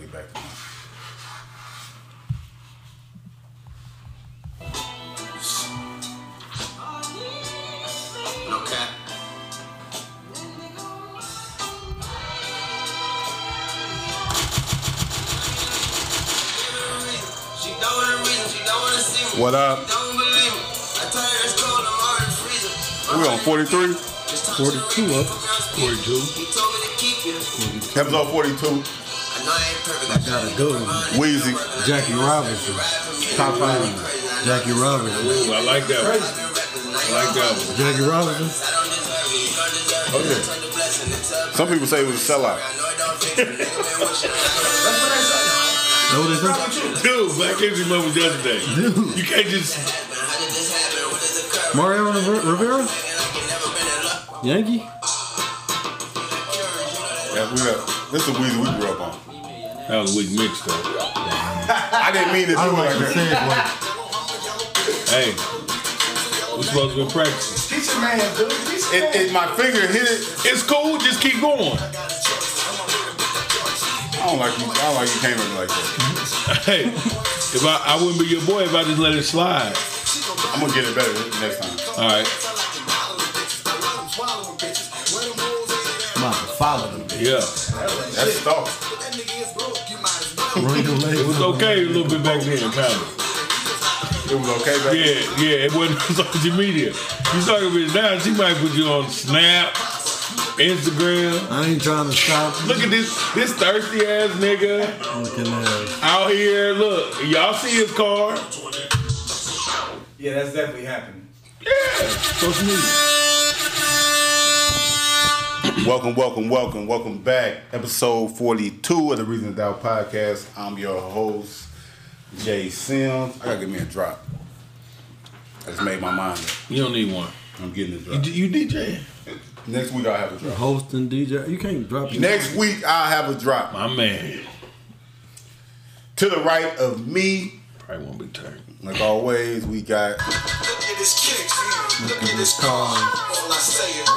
get back to me. No cap. She don't wanna reason, she don't wanna see me. What up? Don't believe me. I tell her it's cold, I'm already We on 43? freezing. 42 up. 42. He told me to keep you. Episode 42. I know I ain't perfect. I Gotta go. Weezy. Jackie Robinson. Top five. Jackie Robinson. I like that one. I like that one. Jackie Robinson. Oh, yeah. Some people say it was a sellout. Know this one? Dude, Black History Month was yesterday. Dude. You can't just. Mario River- Rivera? Yankee? Yeah, we up. This is Weezy we grew up on. That was a weak mix, though. I didn't mean to do I it don't like like to that. say it, but Hey, we're supposed to be practicing. Get your man, dude. Get your It, man. it, my finger hit it. It's cool, just keep going. I don't like you. I don't like you came at me like that. Hey, if I, I wouldn't be your boy if I just let it slide. I'm gonna get it better next time. All right, I'm about to follow them. yeah. That's stuff. Run your It legs. was okay a little bit back then, kind of. It was okay back Yeah, yeah, it wasn't on social media. You talking about now, she might put you on Snap, Instagram. I ain't trying to stop Look at this, this thirsty ass nigga. looking at out here. Look, y'all see his car? Yeah, that's definitely happening. social media. Welcome, welcome, welcome, welcome back. Episode 42 of the Reason to Doubt podcast. I'm your host, Jay Sims. I gotta give me a drop. I just made my mind up. You don't need one. I'm getting a You, drop. d- you DJ? Next week I'll have a drop. Hosting DJ. You can't drop your Next week I'll have a drop. My man. To the right of me, Probably won't be turned. like always, we got Look at this kick. Look at this car. car. All I say is.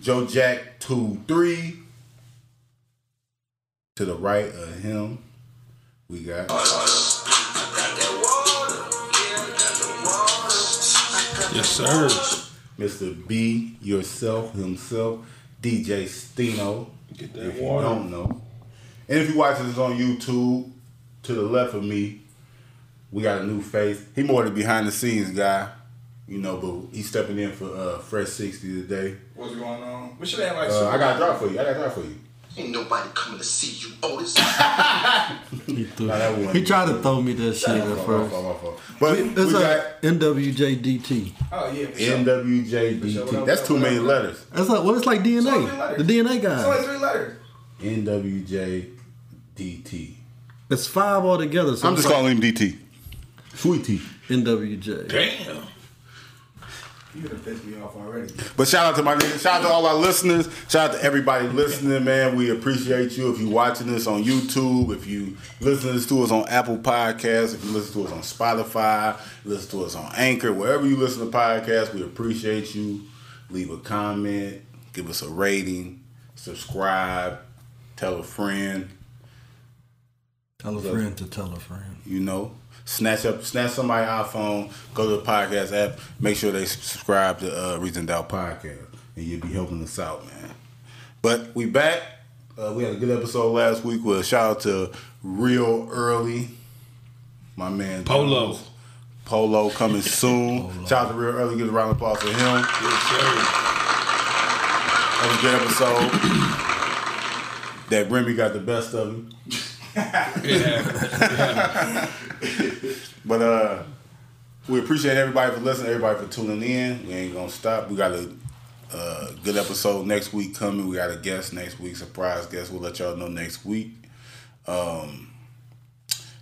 Joe Jack two three. To the right of him, we got Yes, sir. Mr. B yourself himself, DJ Stino. Get that If you water. don't know, and if you watch this on YouTube, to the left of me, we got a new face. He more the behind the scenes guy, you know, but he's stepping in for uh, Fresh sixty today. What's going on? What's your name like? Uh, I got a drop for you. I got a drop for you. Ain't nobody coming to see you, Otis. He, threw- Nah, that wasn't- he tried to throw me that shit at My fault, my first. fault, my fault. But we It's got like NWJDT. oh yeah, for sure. NWJDT. That's too many letters. That's like well, it's like DNA. The DNA It's only guy. three letters. NWJDT. It's five altogether. So I'm it's just like calling him DT. Sweet T. NWJ. Damn. You done pissed me off already. But shout out to my niggas. Shout out to all our listeners. Shout out to everybody listening, man. We appreciate you. If you watching this on YouTube, if you listening to us on Apple Podcasts, if you listen to us on Spotify, listen to us on Anchor, wherever you listen to podcasts, we appreciate you. Leave a comment, give us a rating, subscribe, tell a friend. Tell a friend to tell a friend. you know snatch up snatch somebody iphone go to the podcast app make sure they subscribe to uh, reason doubt podcast and you'll be helping us out man but we back uh, we had a good episode last week with a shout out to real early my man Polo. Jones. polo coming soon shout out to real early give a round of applause for him Yes, that was a good episode that remy got the best of him sir. Yeah. But uh we appreciate everybody for listening, everybody for tuning in. We ain't gonna stop. We got a uh, good episode next week coming. We got a guest next week, surprise guest. We'll let y'all know next week. Um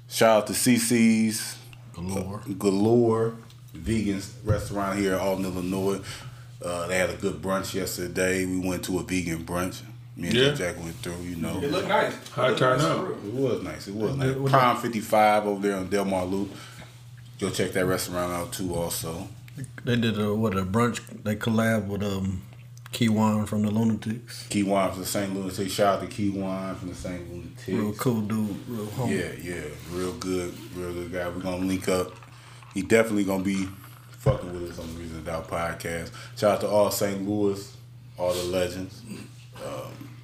shout out to CC's Galore. Galore Vegan Restaurant here in Alton, Illinois. Uh, they had a good brunch yesterday. We went to a vegan brunch. Me and Yeah. Jack went through, you know. It looked nice. How'd it turn out? It was nice. It was Yeah, nice. what Prime 55 over there on Delmar Loop. Go check that restaurant out too, also. They did a what a brunch. They collab with um Keywan from the Lunatics. Keywan from the St. Lunatic. Shout out to Keywan from the St. Lunatics. Real cool dude, real homie. Yeah, yeah, real good, real good guy. We're gonna link up. He definitely gonna be fucking with us on the Reason Doubt podcast. Shout out to all St. Louis, all the legends. Um,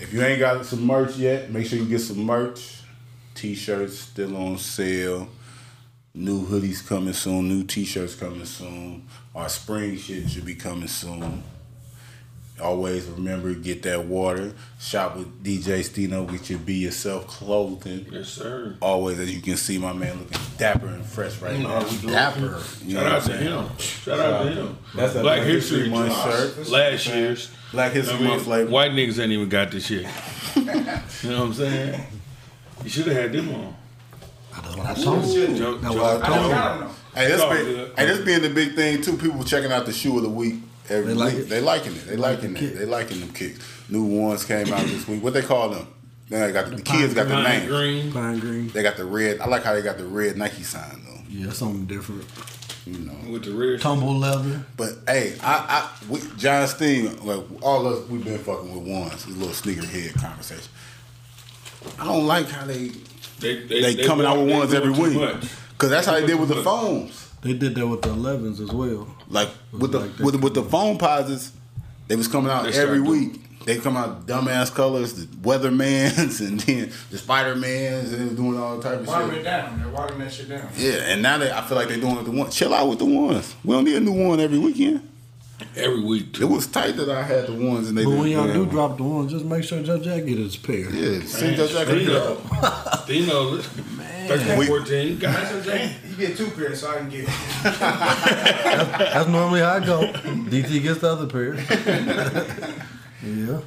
if you ain't got some merch yet, make sure you get some merch. T-shirts still on sale. New hoodies coming soon. New T-shirts coming soon. Our spring shit should be coming soon. Always remember get that water. Shop with DJ Stino. Get your be yourself clothing. Yes, sir. Always, as you can see, my man looking dapper and fresh right now. Dapper. You know Shout what I'm out to saying? him. Shout out to him. That's a Black History Month Month shirt. Last year's. Black History I mean, Month label. white niggas ain't even got this shit. you know what I'm saying? You should have had them on. That's homie. Joe, Joe, what I I don't told got him Hey, this It's all been, good. hey, this being the big thing too. People checking out the shoe of the week every They like week. it. They liking it. They liking the it. kick. They liking them kicks. New ones came out this week. What they call them? They got the, the kids got the Pine name. Green. Pine Green. They got the red. I like how they got the red Nike sign though. Yeah, something different. You know. With the red. Tumble leather. But hey, I, I we, John Steen, like all of us, we've been fucking with ones. This little sneakerhead conversation. I don't like how they They, they, they, coming out with they ones every doing week too much. because that's how they They did doing with the too much. phones. They did that with the 11s as well. Like with the Like that. with the, with the phone posits, they was coming out They start every doing- week. They come out dumbass colors, the Weathermans, and then the Spider Mans, and doing all type of Watering shit. it down. They're watering that shit down. Yeah, and now they, I feel like they doing it the one. Chill out with the ones. We don't need a new one every weekend. Every week. It was tight that I had the ones, and they But didn't when y'all have do one. drop the ones, just make sure Judge Jack get his pair. Yeah, send Judge Jack a Dino. bill. Dino. 13, 14. God damn. You get two pairs, so I can get. That's normally how I go. DT gets the other pair. yeah.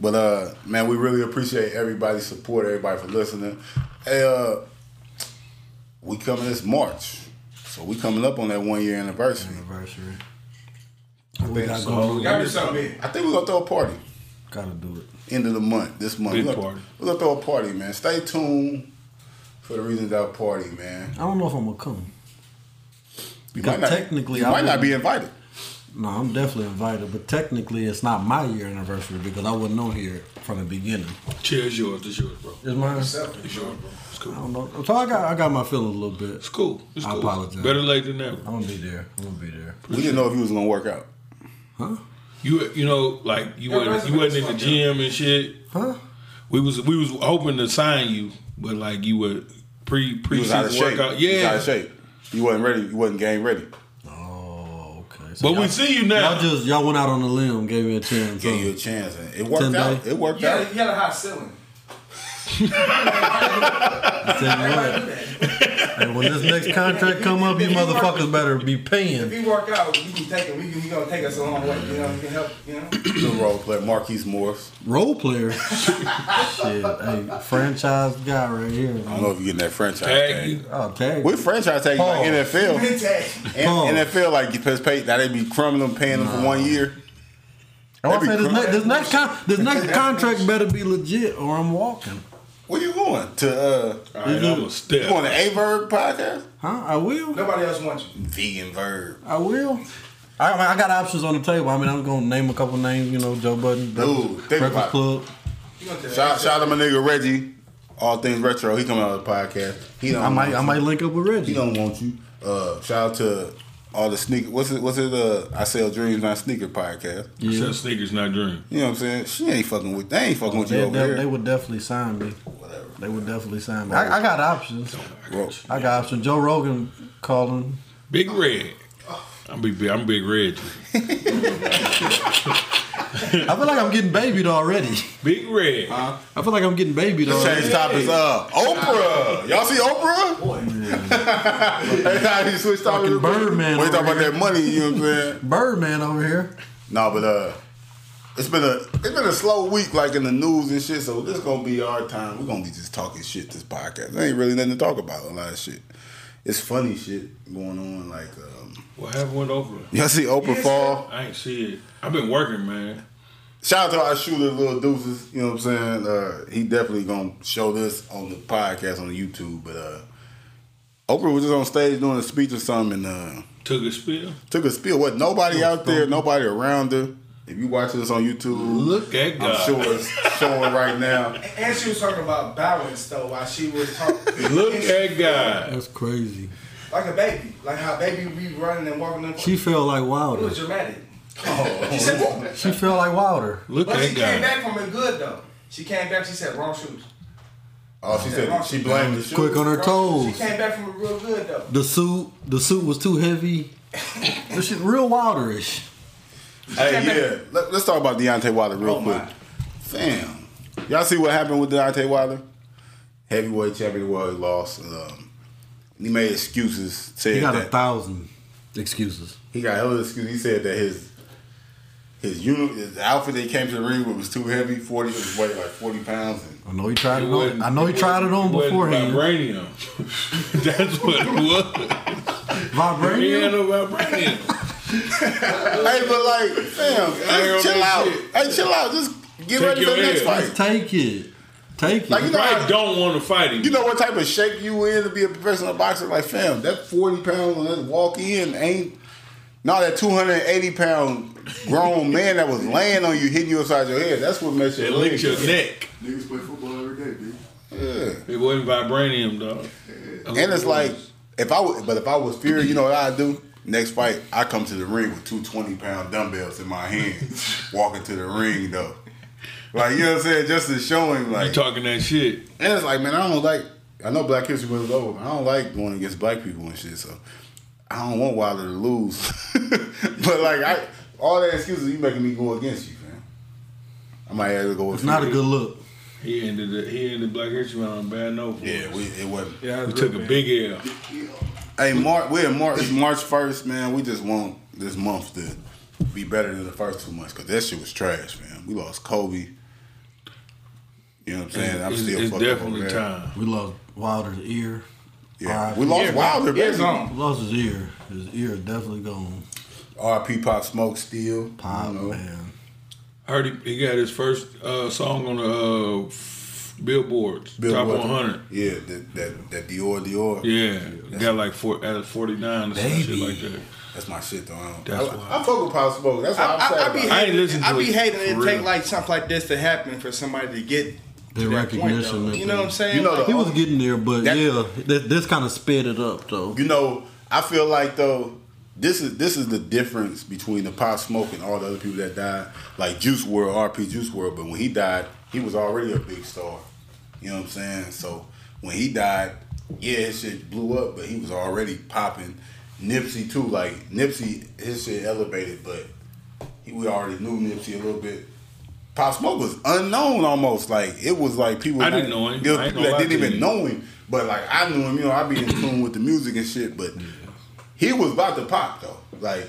But uh, man, we really appreciate everybody's support, everybody for listening. Hey, uh, we coming this March, so we coming up on that one year anniversary. Anniversary. I We think, got so. going. Got me something big. I think we're gonna throw a party Gotta do it. end of the month. This month, Big we're, gonna, party. we're gonna throw a party, man. Stay tuned for the reasons that party, man. I don't know if I'm gonna come. You Because technically, you I might not wouldn't- be invited. No, I'm definitely invited, but technically it's not my year anniversary because I wasn't on here from the beginning. Cheers, yours. It's yours, bro. Is mine? It's yours, bro. It's I cool. don't know. So I got I got my feelings a little bit. It's cool. It's I cool. apologize. Better late than never. I'm gonna be there. I'm gonna be there. We didn't know if you was gonna work out. Huh? You you know like you Yeah, wasn't you resume wasn't in the is gym and shit. Huh? We was we was hoping to sign you, but like you were pre You pre was out of season shape. workout. You was out Yeah, of shape. You wasn't ready. You wasn't game ready. Oh, okay. So but we y'all- see you Y'all now. just y'all went out on a limb, gave me a chance. Gave huh? you a chance, and it worked Ten out. day. It worked You had, out. a- you had a hot ceiling. Tell you what. And when this next contract come up, you motherfuckers better be If paying. we work out, we can take it. We can, we gonna take us a long way. You know, we can help. You know, the role player, Marquise Morris. Role player. Shit, hey, franchise guy right here. I don't know if you're getting that franchise Tag tag. you. Oh, tag. We're franchise tagging like Pause. NFL. Tag. And- Pause. NFL like you pay pay- now they be crumbling them, paying them for one year. I want to say Every this, cr- ne- this next con- this next contract better be legit, or I'm walking. Where you going to? uh All right, I'm a You step. going to A Verb podcast? Huh? I will. Nobody else wants you. Vegan Verb. I will. I, I mean, I got options on the table. I mean, I'm gonna name a couple names. You know, Joe Budden, Dude, Breakfast, think about Breakfast it. Club. You gonna tell Shout, shout out my nigga Reggie. All things retro. He coming out of the podcast. He don't I might want I might you. link up with Reggie. He don't want you. Uh, shout out to all the sneaker. What's it? What's it? Uh, I sell dreams not sneaker podcast. Sell sneakers, not dream. You know what I'm saying? She ain't fucking with. They ain't fucking with you They, over they- here. they would definitely sign me. Whatever. They would definitely sign me. I, I got options. Bro, I got options. Joe Rogan calling. Big red. I'm big. I'm big red. I feel like I'm getting babied already. Big red. I feel like I'm getting babied Change already. topics. Uh, Oprah. Y'all see Oprah? That's how he switched topics. Fucking Birdman When you talk over about that money, you know what I'm saying? Birdman over here. No, but uh, it's been a it's been a slow week, like in the news and shit. So this gonna be our time. We're gonna be just talking shit. This podcast there ain't really nothing to talk about. A lot of shit. It's funny shit going on. Like um, what happened with over? y'all see Oprah fall. I ain't see it. I've been working, man. Shout out to our shooter, Little Deuces. You know what I'm saying? Uh, he definitely gonna show this on the podcast on YouTube. But uh, Oprah was just on stage doing a speech or something, and uh, Took a spill. Took a spill. What? Nobody out there, nobody around her. If you watching this on YouTube, Look at God. I'm sure it's showing right now. And she was talking about balance though while she was talking. Look at God. That's crazy. like a baby, like how baby be running and walking. Up. She felt like it was Wilder. dramatic. she said, "Whoa." She felt like Wilder. Look but she at came God. back from it good though. She came back. She said, "Wrong shoes." Oh, she said she blamed the shoes. Quick on her She toes. came back from it real good though. The suit, the suit was too heavy. This shit real Wilderish. Hey, yeah. Let, us talk about Deontay Wilder real Oh, quick. my. Damn. Y'all see what happened with Deontay Wilder? Heavyweight champion, well, he lost. Um, he made excuses. Said He got a that thousand excuses. he got hella excuses. He said that his his uni- his outfit that he came to the ring with was too heavy. Forty it was weight like forty pounds. And I know he tried it, It on. wasn't- I know he tried it on wasn't beforehand. Vibranium. That's what it was. He had Vibranium. no vibranium. hey, but like, damn, on hey, chill that out. shit. Hey, chill out. Just get Take ready for your the next L. fight. Take it. Take it. Like, you know- I don't want to fight him. You know what type of shape you in to be a professional boxer? Like, fam, that 40 pound when that walk in ain't. No, that 280 pound grown man that was laying on you, hitting you upside your head. That's what messed your it legs licked your up. neck. Niggas play football every day, dude. It wasn't vibranium, dog. And it's like, if I would, but if I was Fury, you know what I'd do? Next fight, I come to the ring with two 20 pound dumbbells in my hand, walking to the ring though. Like, you know what I'm saying? Just to show him, you like, talking that shit. And it's like, man, I don't like. I know Black History Month is over. but I don't like going against black people and shit. So I don't want Wilder to lose. but like, I all that excuses you making me go against you, man. I might have to go. With it's not a you. good look. He ended the, he ended Black History Month on a bad note. for Yeah, us. we it wasn't. we took a big L. Hey, March. We're in March. It's March first, man. We just want this month to be better than the first two months because that shit was trash, man. We lost Kobe. You know what I'm saying? I'm it's still it's fucked up over definitely that. time. We lost Wilder's ear. Yeah, Alright. we lost Yeah, Wilder. Ears baby. on. We lost his ear. His ear definitely gone. R.P. Pop Smoke Steel. Pop, You know. man. Heard he, he got his first uh, song on the uh, f- Billboards, Bill top Withers. 100. Yeah, that that that Dior Dior. Yeah, got like four, at 49 or some shit Baby. like that. That's my shit though. I don't, That's I, wild. I fuck with Pop Smoke. That's what I, am I, I, saying. I about be hating, it. I ain't listen to I be it, hating it for take real. like something like this to happen for somebody to get The to that point, recognition though. that You know they- what I'm saying? You know Like, He was getting there, but That- yeah, this, this kind of sped it up though. you know, I feel like though this is this is the difference between the Pop Smoke and all the other people that died, like Juice World, RP Juice World. But when he died, he was already a big star. You know what I'm saying? So when he died, yeah, his shit blew up, but he was already popping. Nipsey too, like Nipsey, his shit elevated, but he, we already knew Nipsey a little bit. Pop Smoke was unknown almost. Like it was like people. I didn't know him. It was I ain't people that gonna lie didn't to even you. know him, but like I knew him. You know, I be in tune with the music and shit. But he was about to pop though. Like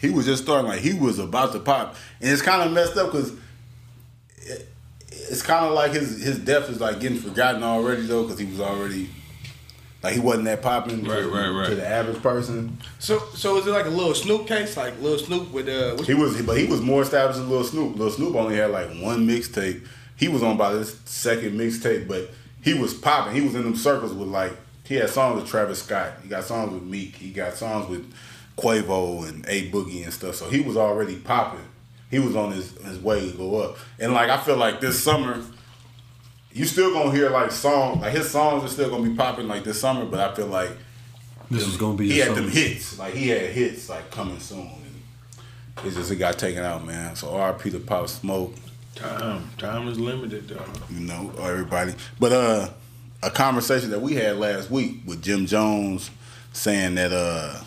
he was just starting. Like he was about to pop, and it's kind of messed up because. It's kind of like his his death is like getting forgotten already though, because he was already like he wasn't that popping Right, to, right, right. to the average person. So, so is it like a little Snoop case, like little Snoop with uh? Which, He was, but he was more established than Lil Snoop. Lil Snoop only had like one mixtape. He was on by this second mixtape, but he was popping. He was in them circles with like he had songs with Travis Scott. He got songs with Meek. He got songs with Quavo and A Boogie and stuff. So he was already popping. He was on his his way to go up. And like I feel like this summer, you still gonna hear like songs. Like his songs are still gonna be popping like this summer. But I feel like This is gonna be he his had them summer. hits. Like he had hits like coming soon. And it's just it got taken out, man. So R.P. to Pop Smoke, Time, time is limited, dog. you know, everybody. But uh a conversation that we had last week with Jim Jones saying that uh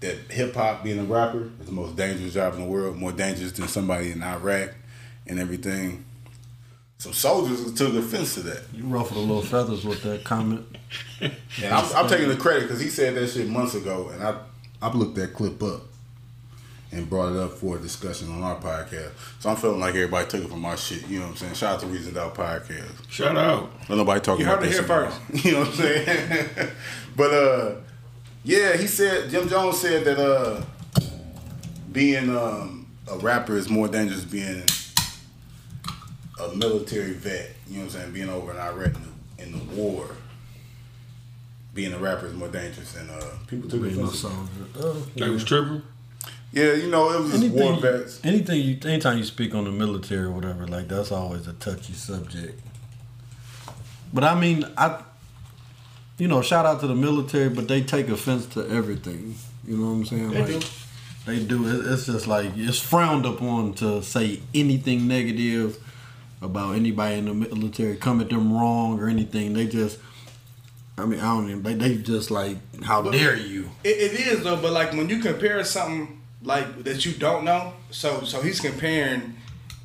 that hip hop being a rapper is the most dangerous job in the world, more dangerous than somebody in Iraq and everything. Some soldiers took offense to that. You ruffled a little feathers with that comment. And I'm, I'm taking the credit because he said that shit months ago, and I I looked that clip up and brought it up for a discussion on our podcast. So I'm feeling like everybody took it from my shit. You know what I'm saying? Shout out to Reasons Out podcast. Shout out. Let nobody talking You about heard it that here shit no more. You know what I'm saying? but uh, yeah, he said Jim Jones said that uh, being um, a rapper is more dangerous than being a military vet. You know what I'm saying? Being over in Iraq in the, in the war. being a rapper is more dangerous than uh, people took Made it no offensive. songs. Oh, They was tripping. Yeah, you know, it was just war anything, you, vets. anything you, anytime you speak on the military or whatever, like that's always a touchy subject. But I mean, I, you know, shout out to the military, but they take offense to everything. You know what I'm saying? They like, do. They do. It- It's just like it's frowned upon to say anything negative about anybody in the military, come at them wrong or anything. They just, I mean, I don't even. They, they just like, how dare you? It, it is though, but like when you compare something like that you don't know, so so he's comparing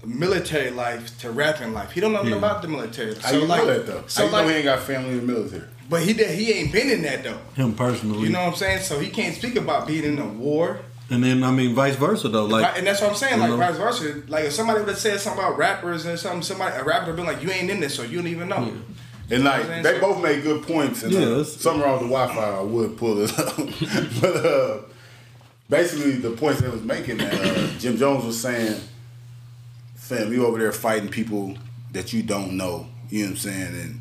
military life to rapping life. He don't know nothing Yeah. about the military. So How you like, know that though? So How you like, know he ain't got family in the military? but he did, he ain't been in that though. Him personally. Mm. You know what I'm saying? So he can't speak about being in a war. And then I mean, vice versa though. Like, Right, and that's what I'm saying. you Like know? vice versa. Like if somebody would have said something about rappers and something, somebody a rapper would have been like, "You ain't in this, so you don't even know." And You know what like I'm they saying? both made good points. And Yeah, uh, that's- something wrong with the Wi-Fi. I would pull it up, but uh, basically the points they was making. That, uh, Jim Jones was saying, "Fam, you over there fighting people that you don't know. You know what I'm saying? And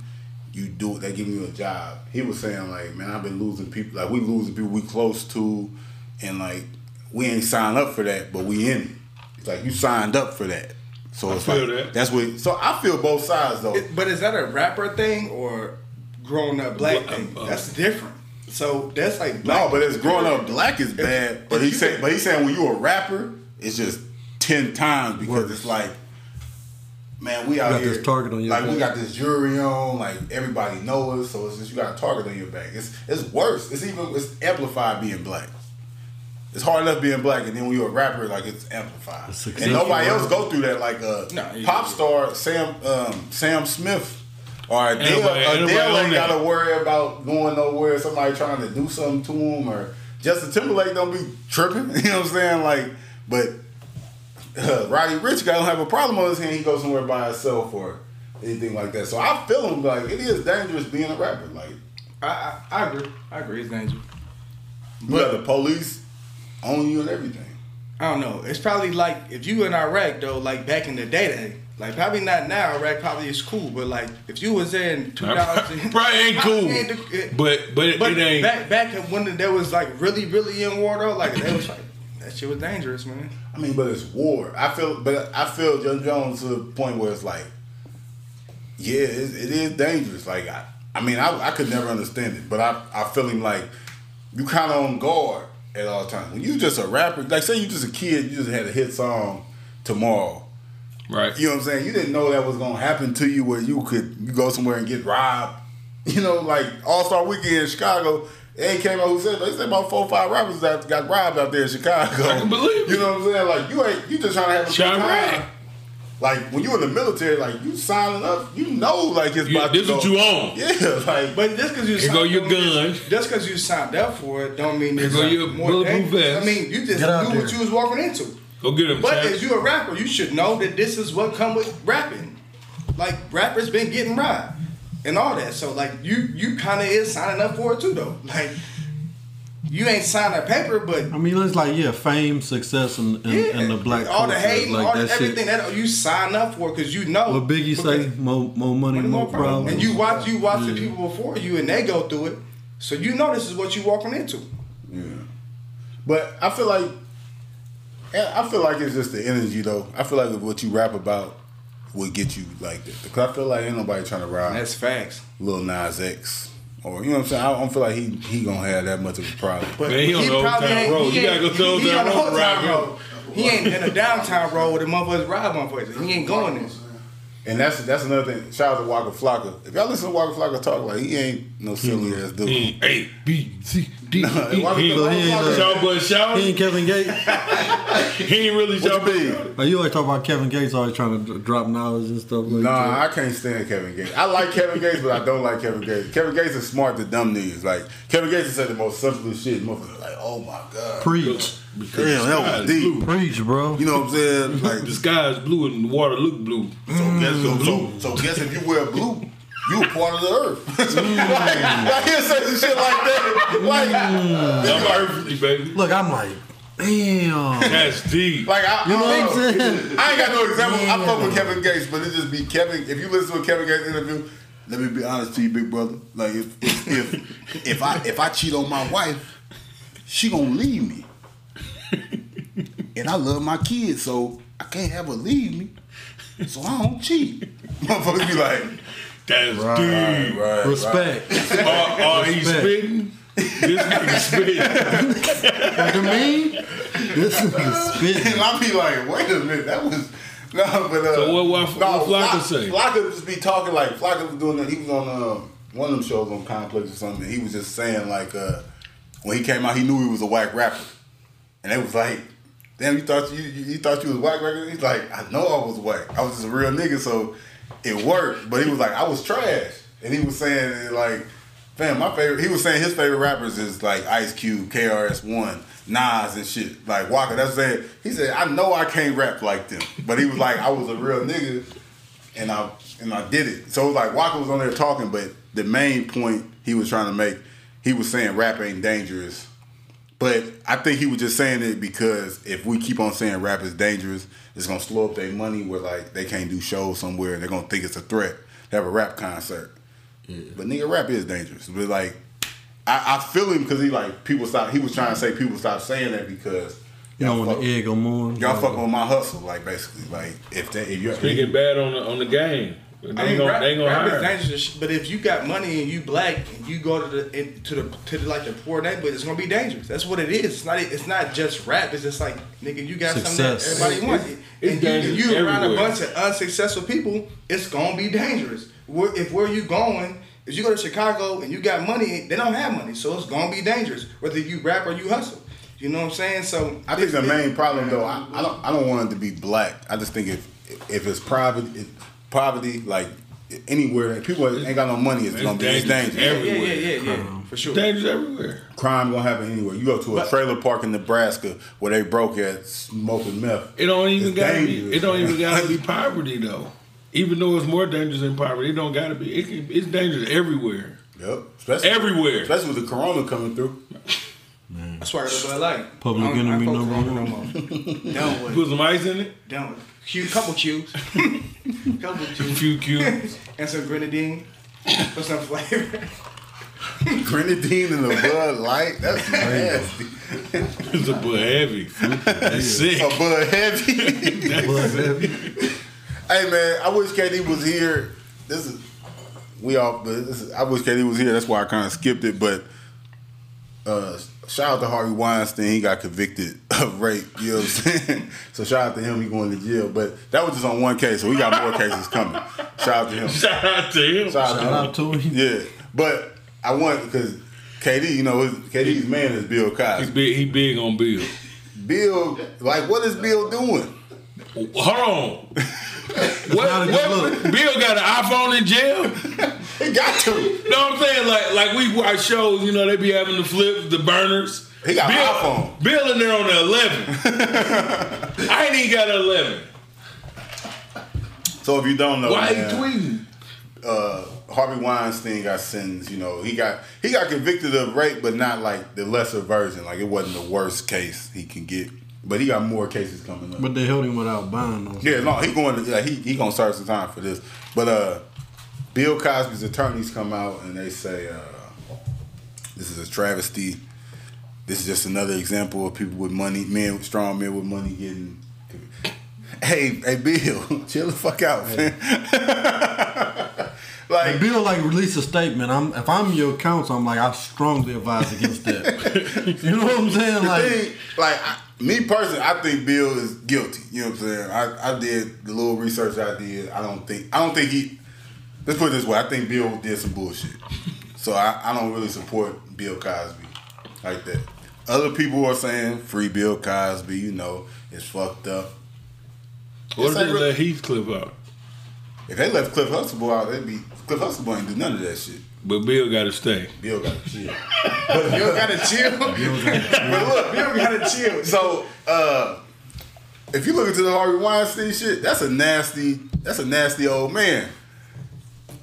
you do they giving you a job." He was saying like, "Man, I've been losing people. Like we losing people we close to, and like we ain't signed up for that, but we in it. It's like you signed up for that." So it's feel like that. that's what. So I feel both sides though. It- but is that a rapper thing or grown up black Well, thing? uh, that's different. So that's like No, black. but it's growing up black is bad. But he you said, can- but he saying when you a rapper, it's just ten times because Worse. it's like, man, we out got here this target on your like we got back. this jury on, like everybody knows us, so it's just you got a target on your back. It's it's worse. It's even it's amplified being black. It's hard enough being black, and then when you're a rapper, like it's amplified, It's and nobody accentuated. else go through that. Like uh, Nah, yeah. pop star Sam um, Sam Smith. Or Adele, nobody- ain't Adele nobody on uh, ain't that. got a worry about going nowhere, somebody trying to do something to him, or Justin Timberlake don't be tripping. You know what I'm saying? Like, but uh, Roddy Rich guy don't have a problem on his hand. He goes somewhere by himself or anything like that. So I feel him. Like it is dangerous being a rapper. Like I, I I agree. I agree. It's dangerous. you got the police on you and everything. I don't know. It's probably like if you in Iraq though, like back in the day, day like probably not now. Iraq probably is cool, but like if you was there in 2000, Probably ain't cool, I mean, it- but but it, But it ain't. back back in when there was like really really in war though, like they was like that shit was dangerous, man. I mean, but it's war. I feel, but I feel John Jones to the point where it's like, yeah, it, it is dangerous. Like I, I mean, I, I could never understand it, but I, I feel him like you kind of on guard at all times. When you just a rapper, like say you just a kid, you just had a hit song tomorrow. right. You know what I'm saying? You didn't know that was gonna happen to you where you could you go somewhere and get robbed. You know, like All Star Weekend in Chicago, they came out who said they said about four or five rappers that got robbed out there in Chicago. I can believe You know what I'm saying? Like you ain't you just trying to have a good Chirac. time. Like when you in the military, like you signing up, you know like it's You- about this to go. what you on. Yeah, like But just because you Here go signed- your guns. just because you signed up for it, don't mean it's go uh, your more bulletproof dangerous. I vest. mean, you just Get out knew what there. you was walking into. Go get him. But Chad. if you a rapper, you should know that this is what come with rapping. Like rappers been getting robbed and all that. So like you you kind of is signing up for it too though. Like you ain't signed a paper, but I mean, it's like yeah, fame, success, and, and, yeah, and the black all the culture, hate, like all that the, everything Shit. that you sign up for because you know What Biggie say? because- More, more money, Money, more more problem. problems. And you watch you watch the people before you and they go through it. So you know this is what you walking into. But I feel like, yeah, I feel like it's just the energy though. I feel like what you rap about would get you like that. Because I feel like ain't nobody trying to rob That's facts. Lil Nas X or you know what I'm saying. I don't feel like he he gonna have that much of a problem. But Man, he on the Old probably Town ain't- Road. he You gotta go ain't- to the Old he Town on the Road Old to ride Town him. Road. He ain't in a downtown road where the motherfuckers ride motherfuckers. He ain't going there. and that's that's another thing. Shout out to Waka Flocka. If y'all listen to Waka Flocka talk, like he ain't no silly ass dude. He ain't A B C D. E, Waka- Waka He So he ain't- ain't, Flocka- uh, Shout but shout. He and Kevin Gates. He ain't really What you shout. mean? Like, you always talk about Kevin Gates always trying to dr- drop knowledge and stuff like Nah, that. I can't stand Kevin Gates. I like Kevin Gates, but I don't like Kevin Gates. Kevin Gates is smart to dumb niggas. Like Kevin Gates is said the most simplest shit. Motherfuckers like, oh my god, Preach, damn, that was deep. preach, bro. You know what I'm saying? Like, The sky is blue and the water look blue. so guess so, blue. So guess if you wear blue, you a part of the earth. like, I hear some shit like that. Like, I'm earthy, baby. Look, I'm like, damn. That's deep. like I, You know I, what I'm saying? I ain't got no example. I fuck with Kevin Gates, but it just be Kevin. If you listen to a Kevin Gates interview, Let me be honest to you, big brother. Like if if if, if I if I cheat on my wife, she gonna leave me. And I love my kids, so I can't have her leave me. So I don't cheat. Motherfuckers be like, That's right, deep. right, Respect. Are, are he Respect. spitting? This nigga spitting. You know what I mean? This nigga And spitting. I be like, wait a minute, that was no, but uh, So what- what- what Flocka Flock- say? Flocka just be talking like Flocka was doing that. He was on uh, one of them shows on Complex or something. And he was just saying like uh, when he came out, he knew he was a whack rapper, and they was like, damn, you thought you you, you thought you was whack rapper. He's like, I know I was whack. I was just a real nigga, so it worked. But he was like, I was trash, and he was saying like. Fam, my favorite. He was saying his favorite rappers is like Ice Cube, KRS One, Nas, and shit. Like Walker. That's saying. He said, I know I can't rap like them, but he was like, I was a real nigga, and I and I did it. So it was like Walker was on there talking, but the main point he was trying to make, he was saying rap ain't dangerous. But I think he was just saying it because if we keep on saying rap is dangerous, it's gonna slow up their money where like they can't do shows somewhere and they're gonna think it's a threat to have a rap concert. But nigga, rap is dangerous. But like, I, I feel him because he like people stop. He was trying to say people stop saying that because You know y'all, when fuck, the egg on moon. y'all fuck on my hustle. Like basically, like if they if you're Thinking bad on the, on the game. They I mean, gonna, rap, they gonna rap hire. is him. dangerous, as sh- but if you got money and you black and you go to the in, to the to the, like the poor neighborhood, it's gonna be dangerous. That's what it is. It's not it's not just rap. It's just like nigga, you got Success. something that everybody it's wants. and you, and dangerous you around a everywhere. bunch of unsuccessful people, it's gonna be dangerous. Where, if where you going? If you go to Chicago and you got money, they don't have money, so it's gonna be dangerous. Whether you rap or you hustle, you know what I'm saying. So I think the main problem though, I, I don't I don't want it to be black. I just think if if it's private, if poverty like anywhere people ain't got no money, it's, It's gonna be it's dangerous. dangerous. yeah, yeah, everywhere. yeah, yeah, yeah, for sure. Dangerous everywhere. Crime gonna happen anywhere. You go to a But- trailer park in Nebraska where they broke at smoking meth. It don't even It's gotta dangerous, be. It don't man. even gotta be poverty though. Even though it's more dangerous than poverty, it don't gotta be. It can, it's dangerous everywhere. Yep. Especially, Everywhere. Especially with the corona coming through. I swear to God, like Public I don't- I enemy don't fuck number one. with no more. Done with. it. Put some ice in it. Done with it. Q, couple Qs. couple A Qs. few cubes. And some grenadine. For some flavor. Grenadine and the Bud Light. That's nasty. it's a bit heavy. That's sick. A Bud Heavy. Hey man, I wish KD was here. This is we all. But this is, I wish KD was here. That's why I kind of skipped it. But uh, shout out to Harvey Weinstein. He got convicted of rape. You know what I'm saying? so shout out to him. He going to jail. But that was just on one case. So we got more cases coming. Shout out to him. Shout Shout out to him. out to Shout him. out to him. Yeah, but I want because KD, you know, his, KD's man is Bill He's Cosby. big. He big on Bill. Bill, like, what is Bill doing? Hold on. not What, a good what, Bill got an iPhone in jail? He got to. You know what I'm saying? Like like we watch shows, you know, they be having the flip, the burners. He got an Bill, iPhone. Bill in there on the 11. I ain't even got an 11. So if you don't know, Why man, he tweeting? uh, Harvey Weinstein got sentenced. You know, he got he got convicted of rape, but not like the lesser version. Like it wasn't the worst case he can get, but he got more cases coming up. But they held him without bond. on yeah, no, he going to like, he he gonna serve some time for this. But uh, Bill Cosby's attorneys come out and they say uh, this is a travesty. This is just another example of people with money, men, strong men with money getting. Hey, hey, Bill, chill the fuck out, man. like, Like, Bill like release a statement. I'm if I'm your counsel, I'm like I strongly advise against that. you know what I'm saying? the Like thing, like I, me personally, I think Bill is guilty. You know what I'm saying? I, I did the little research I did. I don't think I don't think he. Let's put it this way: I think Bill did some bullshit. So I, I don't really support Bill Cosby like that. Other people are saying free Bill Cosby. You know, it's fucked up. What It's if like they real- let Heathcliff out? If they left Cliff Huxtable out, they'd be Cliff Huxtable ain't do none of that shit. But Bill got to stay. Bill got to chill. You don't gotta chill. You but look, don't gotta chill. So uh if you look into the Harvey Weinstein shit, that's a nasty that's a nasty old man.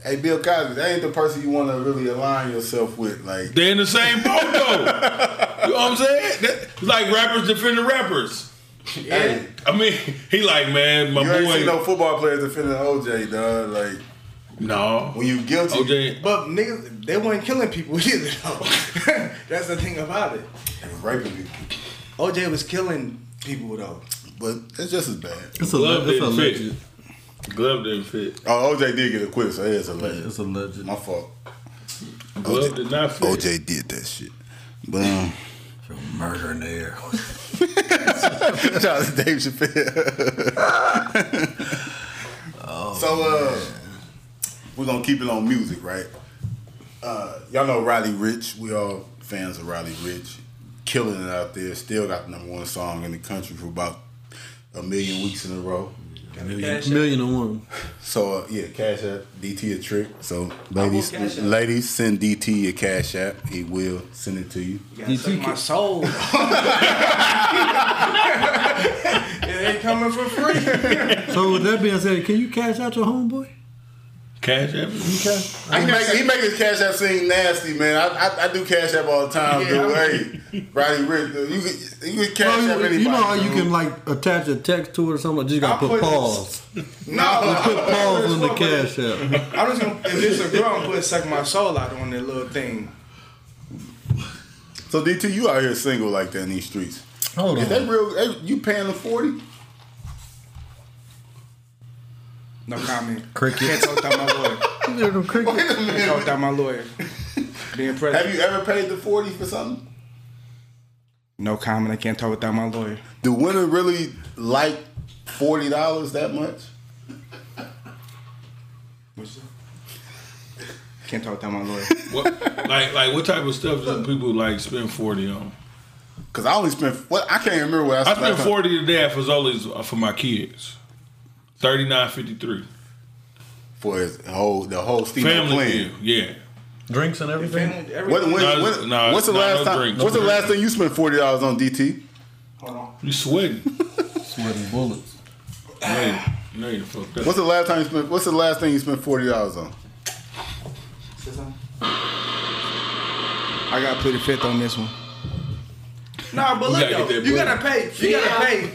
Hey Bill Cosby, that ain't the person you want to really align yourself with. Like They're in the same boat though. you know what I'm saying? That- it's like rappers defending rappers. hey, I mean, he like, man, my you ain't boy. seen no football players defending OJ, dog. Like No. When you guilty, OJ, But niggas, they weren't killing people either, though. That's the thing about it. they was raping people. OJ was killing people, though. But it's just as bad. It's Glove a it's a didn't fit. legend. glove didn't fit. Oh, OJ did get acquitted, so it's a legend. It's a legend. My fault. Glove did not fit. OJ did that shit. But um, For murder in the air. Charles Dave Chappelle. so uh, we're gonna keep it on music, right? Uh, y'all know Riley Rich. We all fans of Riley Rich, killing it out there. Still got the number one song in the country for about a million weeks in a row. million, million and one. So uh, yeah, Cash App, DT a trick. So ladies, ladies, send DT your Cash App. He will send it to you. You gotta suck my soul. it ain't coming for free. So with that being said, can you cash out your homeboy? Cash App. You cash? He make, he make his Cash App seem nasty, man. I, I, I do Cash App all the time, dude. Hey, Roddy Rich, dude, you can, you can Cash Well, App you, anybody. you know how you dude. can like attach a text to it or something. Like, just gotta I'll put put- pause. No, I- Put pause on the Fuck with it. cash app. I'm just gonna, if it's a girl, I'm gonna put suck my soul out on that little thing. So DT, you out here single like that in these streets? Hold Is that on. real? Hey, you paying the forty? No comment. Can't Cricket. talk about my lawyer. Wait a Can't talk minute. about my lawyer. Being Have present. you ever paid the forty for something? No comment. I can't talk without my lawyer. Do women really like forty dollars that much? What's that? Can't talk without my lawyer. What, like, like what type of stuff do people like spend forty on? Cause I only spent what I can't remember what I I spent. spent forty today at Fazoli's for my kids. Thirty nine fifty three. for his whole the whole Steve Family plan. deal. Yeah. Drinks and everything. Family, every- What, when, No, when- no, what's the no, last no time? drinks. what's No the last drinks. thing you spent forty dollars on DT? Hold on. You sweating. Sweating bullets. Man, you ain't fucked up. What's the last time you spent? What's the last thing you spent forty dollars on? Say something. I gotta put a fifth on this one. Nah, but You look gotta though, get that you bread. gotta pay. You gotta pay.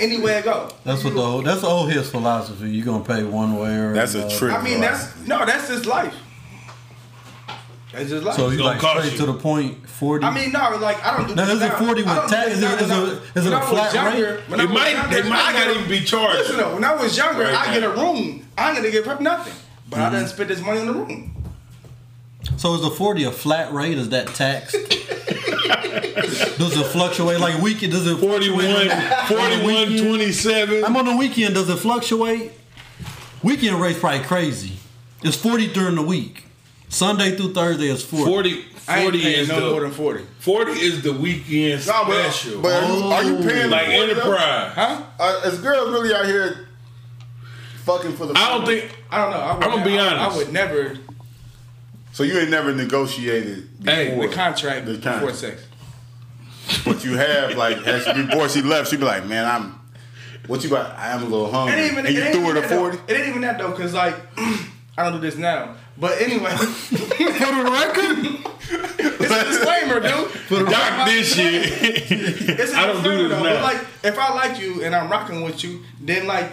Anywhere I go. That's what the old, that's old his philosophy. You gonna pay one way or That's a another. trick. I mean, that's no, that's just life. That's just life. So you gonna like cost straight you. to the point. Forty. I mean, no, like I don't do. Now, this is it 40 with I don't do tax? this Is it- now, is it- when I- is it when a I was flat younger- rate? when I They was might, younger, they might I got not a- even be charged. Listen, though, when I was younger, Right Mm-hmm. I get a now. room. I ain't gonna give up nothing, but I didn't spend this money on the room. so is the forty a flat rate? Is that taxed? does it fluctuate like weekend? Does it 41, fluctuate? On the 41, weekend? 27. I'm on the weekend. Does it fluctuate? Weekend rates probably crazy. It's forty during the week. Sunday through Thursday is forty. 40, I ain't 40 paying is no more the than forty. 40 is the weekend Nah, but, special. but are, you, are you paying like the $40? Enterprise. Huh? Are, Uh, is girls really out here fucking for the? I fun? don't think I don't know. I would I'm gonna be never- honest. I would never so. You ain't never negotiated before Hey, the contract the before contract. sex. but you have like as she- before she left, she'd be like, "Man, I'm what you about? I am a little It hungry." ain't even. and it you ain't threw even her the that, though. forty. It ain't even that though, cause like I don't do this now. But anyway, For the record, it's a disclaimer, dude. Doc this shit. It's a I don't do this disclaimer, though, now. But like, if I like you and I'm rocking with you, then like,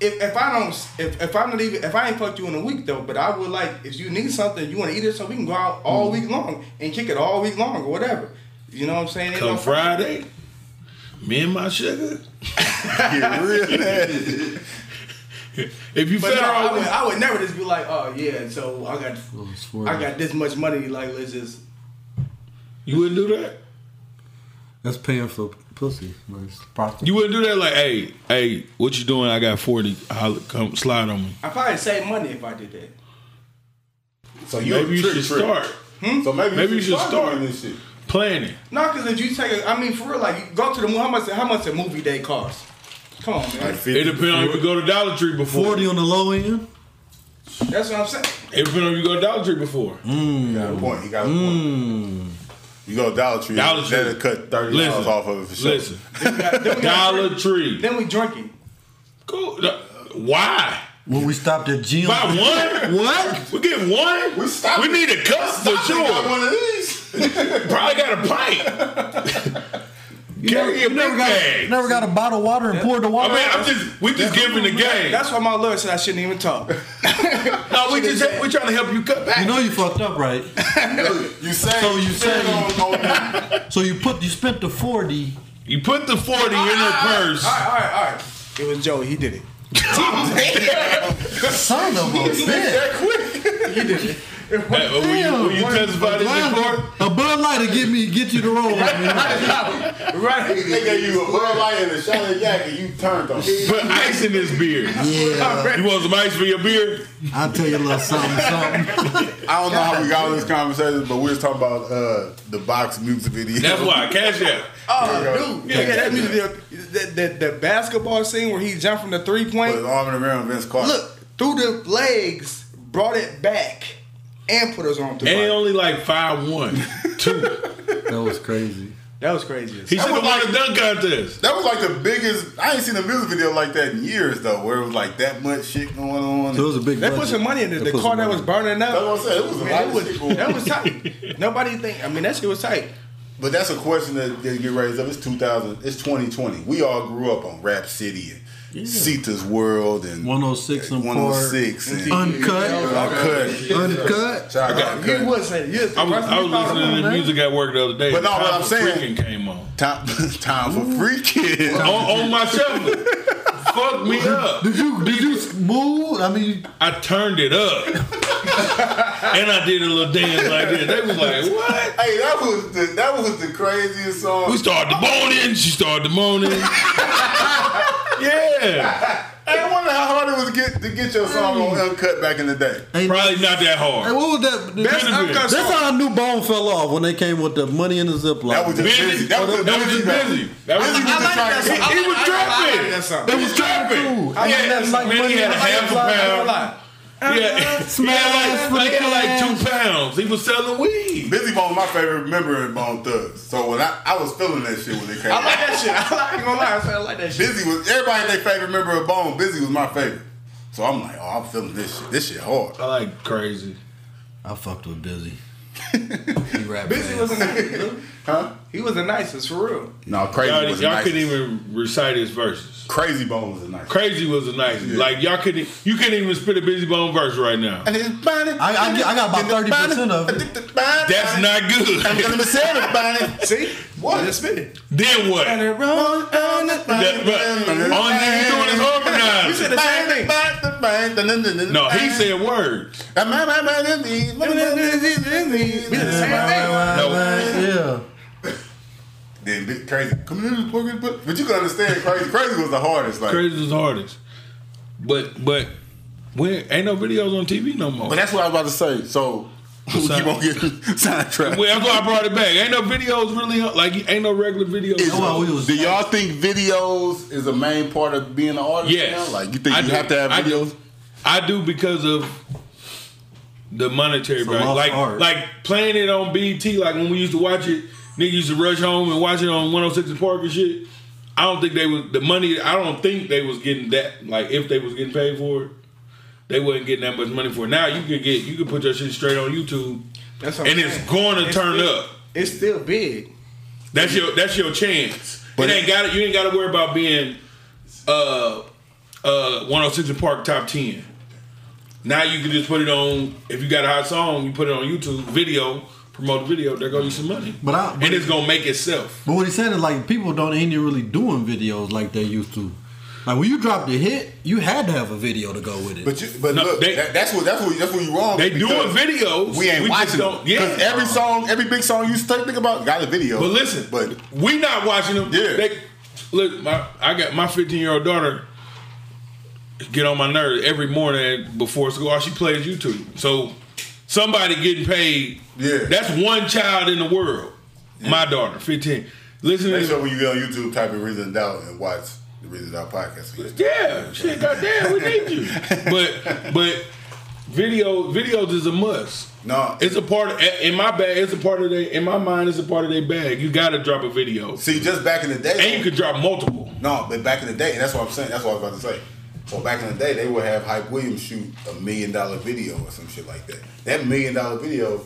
if, if I don't, if, if I'm not even, if I ain't fucked you in a week though, but I would like, if you need something, you want to eat it, so we can go out all Mm-hmm. week long and kick it all week long or whatever. You know what I'm saying? Ain't Come no- Friday, me and my sugar. Get real nasty. If you But fed no, her I, all would, week, I would never just be like, oh yeah, so I got, it's 40. I got this much money. Like, let's just. you wouldn't do that? that's paying for pussy. like, it's prostitute. You wouldn't do that like, hey, hey, what you doing? I got 40. Holla, come slide on me. I probably save money if I did that. So you Maybe you trick, should trick. start So maybe, Maybe you should start. doing this shit. planning. No, cause if you take, a, I mean, for real, like, you go to the movie. How much? How much a movie day cost? Come on, man. Like It 50 depends on if you go to Dollar Tree before. forty on the low end. That's what I'm saying. It depends on if you go to Dollar Tree before. You got a point. You got a point. You go to Dollar Tree. Mm. Dollar Tree. That'll cut thirty dollars Listen, off of it for sure. listen. Then we got- then we got Dollar drink- Tree. Then we drinking. Cool. No, Why? When we stopped at gym. Buy one? What? We get one? We stopped We it. need a cup for I got sure. one of these. Probably got a pint. You Carry your you never big got, bags. never got a bottle of water and poured the I water. mean, out? I'm just we just giving the game. That's why my lawyer said I shouldn't even talk. No, we just we trying to help you cut back. you know you fucked up, right? You say So you say- on, on So you put you spent the forty. You put the 40 in her Ah, purse. All right, all right, all right. It was Joey. He did it. Son of a bitch. Hey, will uh, you, will you testify this in court? A Bud Light to get me get you the roll. man. Right. They gave you a Bud Light and a shot of yak and you turned on. Put ice in this beer. Yeah, You want some ice for your beer? I'll tell you a little something, something. I don't know how we got on this conversation, but we was talking about uh, the box music video. That's why. Cash out. Oh, dude. Yeah. Yeah, that music video, the, the, the basketball scene where he jumped from the three point. With arm and around Vince Carter. Look, through the legs, brought it back, and put us on And he through. only like five one, two. That was crazy. That was crazy. He should have won a dunk contest. That was like the biggest. I ain't seen a music video like that in years though, where it was like that much shit going on. So it was a big. They put budget. some money in They the, the put car some that money. was burning up. That's what I'm saying. It was a Man, lot that of was- shit going that on. was tight. Nobody think. I mean, that shit was tight. But that's a question that, that get raised up. It's 2000. It's 2020. We all grew up on Rap City and Sita's World and 106 and 106 and Uncut. Uncut. Uncut. Shout out to You Uncut. was saying, yes. I was, I was listening to man. music at work the other day. But no, Time what I'm for saying- Freaking came on. Time, time for free kids. on, on my shuffle. Fuck me up. Did you did you move? I mean, I turned it up. and I did a little dance like this. They was like, what? Hey, that was the that was the craziest song. We started moaning. She started moaning. yeah. I wonder how hard it was to get to get your song on Mm. uncut back in the day. ain't- Probably not Hey, that hard. what was that? That's Benefit. uncut That's song. how I knew Bone fell off when they came with the money in the Ziploc. That was just busy. Busy. That was That was just though. busy. That was Busy just was I like trying that to get- song. He was I trapping. like that song. It was trapping. Ooh, I like that Yeah, like man, money he had a in the half a Ziploc. pound. Like, uh, Yeah, Smash yeah, for the like, he had like cash. two pounds. He was selling weed. Busy Bone, my favorite member in Bone Thugs. So when I, I was feeling that shit when it came I like out. that shit. I like, I ain't gonna lie. I said I like that shit. Busy was everybody their favorite member of Bone. Busy was my favorite. So I'm like, oh, I'm feeling this shit. This shit hard. I like crazy. I fucked with Busy. he rap Busy bad. was a nice, dude. Huh? He was the nicest for real. No, crazy Y'all, was y'all nice. couldn't even recite his verses. Crazy Bone was a nice. Crazy was the nicest. Yeah. Like y'all couldn't, you couldn't even spit a busy bone verse right now. And his body, I- I get- I got about 30% of it. That's That's not good. See What? Just spit it. then what? That, but, only thing he's doing is You organizing. said the same thing. No, he said words. We did the same thing. Yeah. Then big crazy, come in this fucking book. But you can understand crazy. Crazy was the hardest. Like, Crazy was the hardest. But but when ain't no videos on TV no more. but that's what I was about to say. So we keep on getting sidetracked. Well, that's why I brought it back. Ain't no videos really like ain't no regular videos. That's why we was. Do y'all think videos is a main part of being an artist? Yes. Now? Like, you think I you do. have to have I do. videos? I do because of the monetary a value. lost Like art. like playing it on BT, like when we used to watch it, niggas used to rush home and watch it on 106 and Park and shit. I don't think they was the money I don't think they was getting that like if they was getting paid for it, they wasn't getting that much money for it. Now you can get you can put your shit straight on YouTube That's what I'm and it's saying. gonna It's turn big. up. It's still big. That's your that's your chance. But- it ain't got it. You ain't got to worry about being uh uh 106 and Park top ten. Now you can just put it on. If you got a hot song, you put it on YouTube video, promote the video. There go you some money. But I- and it's gonna make itself. But what he said is like people don't ain't even really doing videos like they used to. Like when you dropped a hit, you had to have a video to go with it. But you, but No, look, they- that, that's what that's what that's what you wrong. They because doing videos. We ain't just watching. them. don't- Yeah. 'Cause every song, every big song you think think about got a video. But listen, but we not watching them. Yeah. They, look, my I got my 15 year old daughter get on my nerves every morning before school. All she plays YouTube. So somebody getting paid. Yeah. That's one child in the world. My daughter, 15. Listen make to sure when you get on YouTube, type in "Reason Doubt" and watch the Reason Doubt podcast. Yeah, shit, goddamn, we need you. But but video videos is a must. No. it's a part of, in my bag. It's a part of their in my mind. It's a part of their bag. You gotta drop a video, See, just back in the day, and you could drop multiple. No, but back in the day, and that's what I'm saying. That's what I was about to say. So back in the day, they would have Hype Williams shoot a million dollar video or some shit like that. That million dollar video,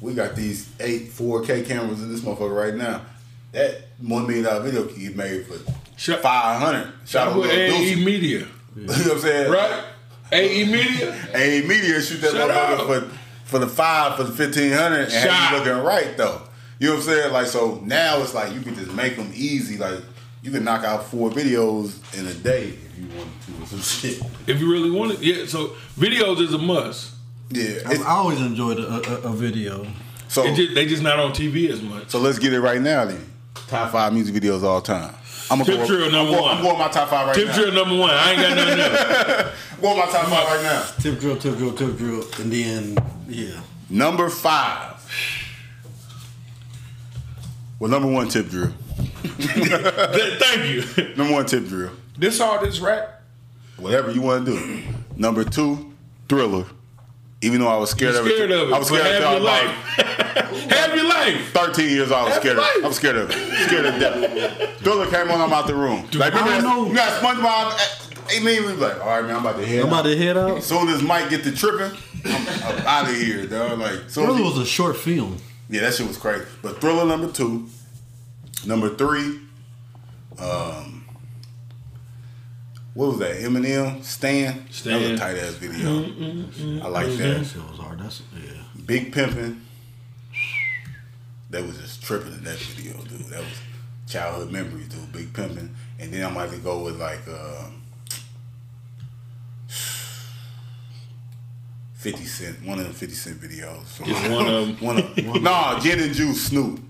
we got these eight 4K cameras in this motherfucker right now. that one million dollar video can get made for Shut- five hundred. Shout Shout out to out Lil AE Deuce. E Media, You know what I'm saying? right? AE Media. AE E Media shoot that Shut motherfucker for for the five for the fifteen hundred and have Shot. you looking right though. You know what I'm saying? Like so now it's like you can just make them easy. Like you can knock out four videos in a day if you want to or some shit. If you really want it, yeah. So videos is a must. Yeah. I it's- always enjoyed a, a, a video. so It just, they just not on TV as much. So let's get it right now then. Top five music videos of all time. I'm gonna Tip Drill I'm number going, one. I'm going my top five right Tip now. drill number one. I ain't got nothing else. I'm going my top five right now. Tip drill, tip drill, tip drill, and then yeah. Number five. Well, number one tip drill. Th- Thank you. Number one tip drill. This all this rap. Whatever you want to do. Number two, thriller. Even though I was scared, You're scared of it, of it. I was scared but of have it. your till I was life. have your life. about Thirteen years old, I was That's scared. Of, it. life. I was scared of it. Scared of death. Thriller came on. I'm out the room. like remember, I that, don't you got SpongeBob. Hey, man, we was like, all right, man, I'm about to head. I'm about out. to head As out. soon as Mike get to tripping, I'm, I'm out of here, dog. Like, soon as Thriller he- was a short film. yeah, that shit was crazy. But Thriller number two, number three, um, what was that? Eminem, Stan. That was a Stan. tight ass video. I like That that. shit was hard. That's yeah. Big Pimpin. That was just tripping in that video, dude. That was childhood memories, dude. Big Pimpin. And then I might have to go with like um, 50 Cent, one of them 50 Cent videos. Just one of 'em. One of Nah, Gin and Juice Snoop.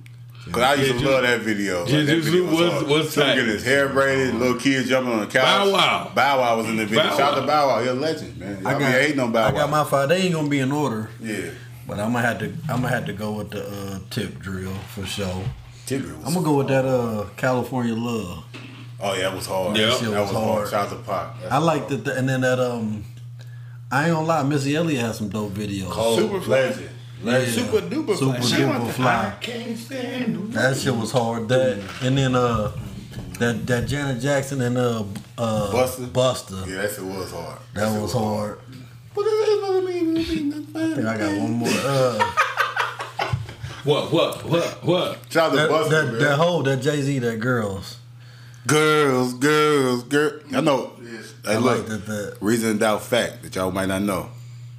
Cause I used to Gin Juice. love that video. Gin that Juice video Snoop was- hard. was Snoop tight. Uh-huh. getting his hair braided, little kids jumping on the couch. Bow Wow. Bow Wow was in the video. Bow Shout out Wow. to Bow Wow, you're a legend, man. I got, be hating on Bow Wow. I got my five. They ain't gonna be in order, yeah, but I'm gonna have to. I'm gonna have to go with the uh, tip drill for sure. Tigger was I'm gonna go with that uh, California love. Oh yeah, that was hard. Yeah. that was hard. Shout out to Pop. That's I like that, and then that um, I ain't gonna lie, Missy Elliott has some dope videos. cold. Super legend. Yeah. Super duper Super fly. She duper want the- fly. I can't stand no- That shit was hard. That and then uh, that that Janet Jackson and uh, uh Buster? Buster. Yeah, that shit was hard. That shit was hard. What does that supposed to mean? It mean I think nothing. I got one more. Uh, What? What? What? What? Shout out to that, Buster. that, man. that whole that Jay Z that girls. girls, girls, girl. I know. Hey, I like look, that. That reason and doubt fact that y'all might not know.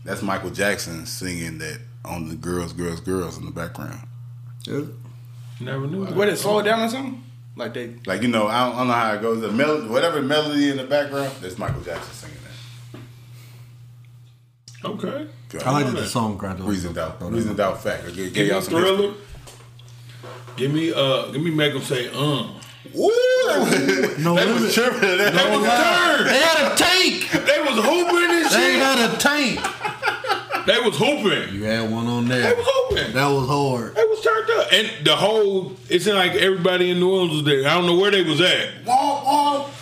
That's Michael Jackson singing that on the girls, girls, girls in the background. Never knew. that. What it slow it down or something? Like they Like you know, I don't, I don't know how it goes. The mel- whatever melody in the background, that's Michael Jackson singing that. Okay. I like that the song cried. Reason doubt, reason doubt fact. I gave, gave Give y'all me some history. thriller. Give me uh. Give me make them say um. Woo! No they limit. was tripping. They They was turned. They had a tank. They was hooping and They shit. had a tank. They was hooping. You had one on They there. was hooping. That was hard. They was turned up, and the whole it seemed like everybody in New Orleans was there. I don't know where they was at.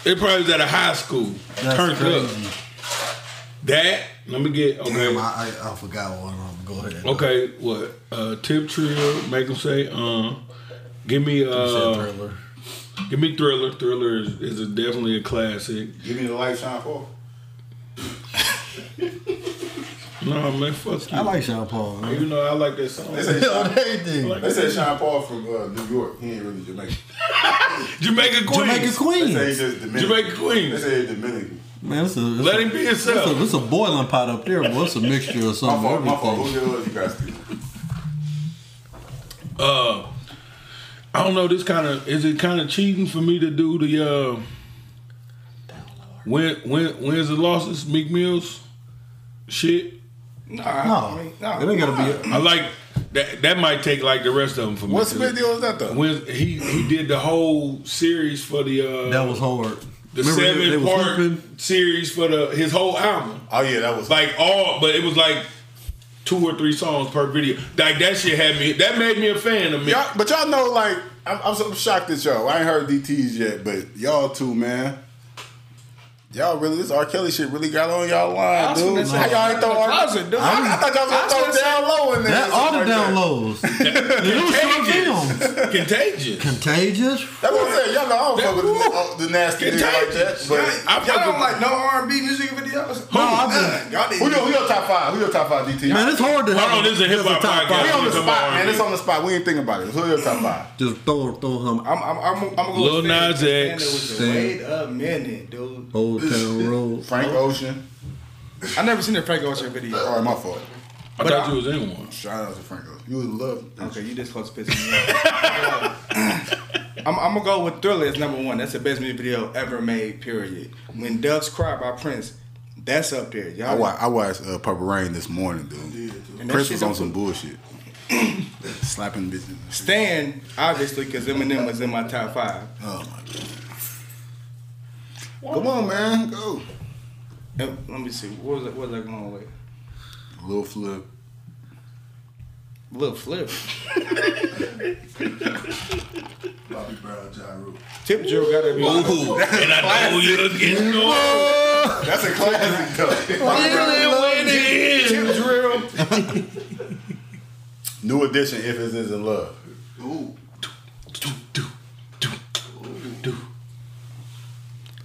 They probably was at a high school. That's turned crazy. up. That let me get okay. Damn, I, I, I forgot one. Um, Go ahead. Okay, what? Uh, tip trio, make them say um. Give me You said uh. Thriller. Give me thriller. Thriller is, is a, definitely a classic. Give me the light shine for. No man, fuck you. I like Sean Paul. Man. You know I like that song. They say Sean, Everything. they say Sean Paul from uh, New York. He ain't really Jamaican. Jamaica Queen. Jamaica They say Queen. he's just Dominican. Jamaica Queen. They say he's Dominican. Man, it's a, it's Let a, him be It's a, himself. it's a boiling pot up there, but it's a mixture of My something. fault. My fault. Who everything. the hell is you guys? thinking? Uh, I don't know. This kind of is it kind of cheating for me to do the uh, win win wins and losses Meek Mills shit. Nah, No, I mean, nah, it ain't nah. gotta be. I like that. That might take like the rest of them for me. What 'cause Smith deal is that though? When he he did the whole series for the uh, That was hard. the Remember they- they seven was part hooping? series for the his whole album. Oh yeah, that was like all, but it was like two or three songs per video. Like that shit had me. That made me a fan of me. Y'all, but y'all know, like, I'm, I'm, so shocked at y'all. I ain't heard DTs yet, but y'all too, man. Y'all really, this R. Kelly shit really got on y'all line, was dude. gonna say, How y'all ain't throw R. I was a dude. I, I thought y'all I was was gonna gonna throw say- down low in there. That all the Like that. downloads. it was short films. Contagious. Contagious. That's what I'm saying. Y'all know I don't fuck with That- the, the nasty nigga like that. But I I y'all fuck don't with- like no R and B music videos. No, I None. y'all need who your, who your top five? five? Who your top five DT? Man, it's hard to Hold have on, this is a hip-hop have top podcast. five. we on the Come spot, on, man. dude. It's on the spot. We ain't thinking about it. Who your top five? Just throw throw him I'm I'm I'm I'm gonna Lil go with Nas Fanny. X. Fanny was the- Stan. Wait a minute, dude. Old Town Road. Frank Ocean. I never seen a Frank Ocean video. Sorry, my fault. I But thought I- you was in one. Shout out to Frank Ocean. You would love. Okay, you just close to pissing me off. I'm, I'm gonna go with Thriller as number one. That's the best music video ever made. Period. When Doves Cry by Prince, that's up there. Y'all, I watched, I watched uh, Purple Rain this morning, dude. And that Prince shit was on don't- some bullshit. Slapping bitches. Stan obviously because Eminem was in my top five. Oh my god. Come on, man. Go. Uh, Let me see. What was that, what was I going with? Little flip. Little Flip. Bobby Brown, Ja Rule. Tip Drill got to be. Ooh, and I know you're getting on. That's a classic though. Tip Drill. New edition. If it is in love. Ooh.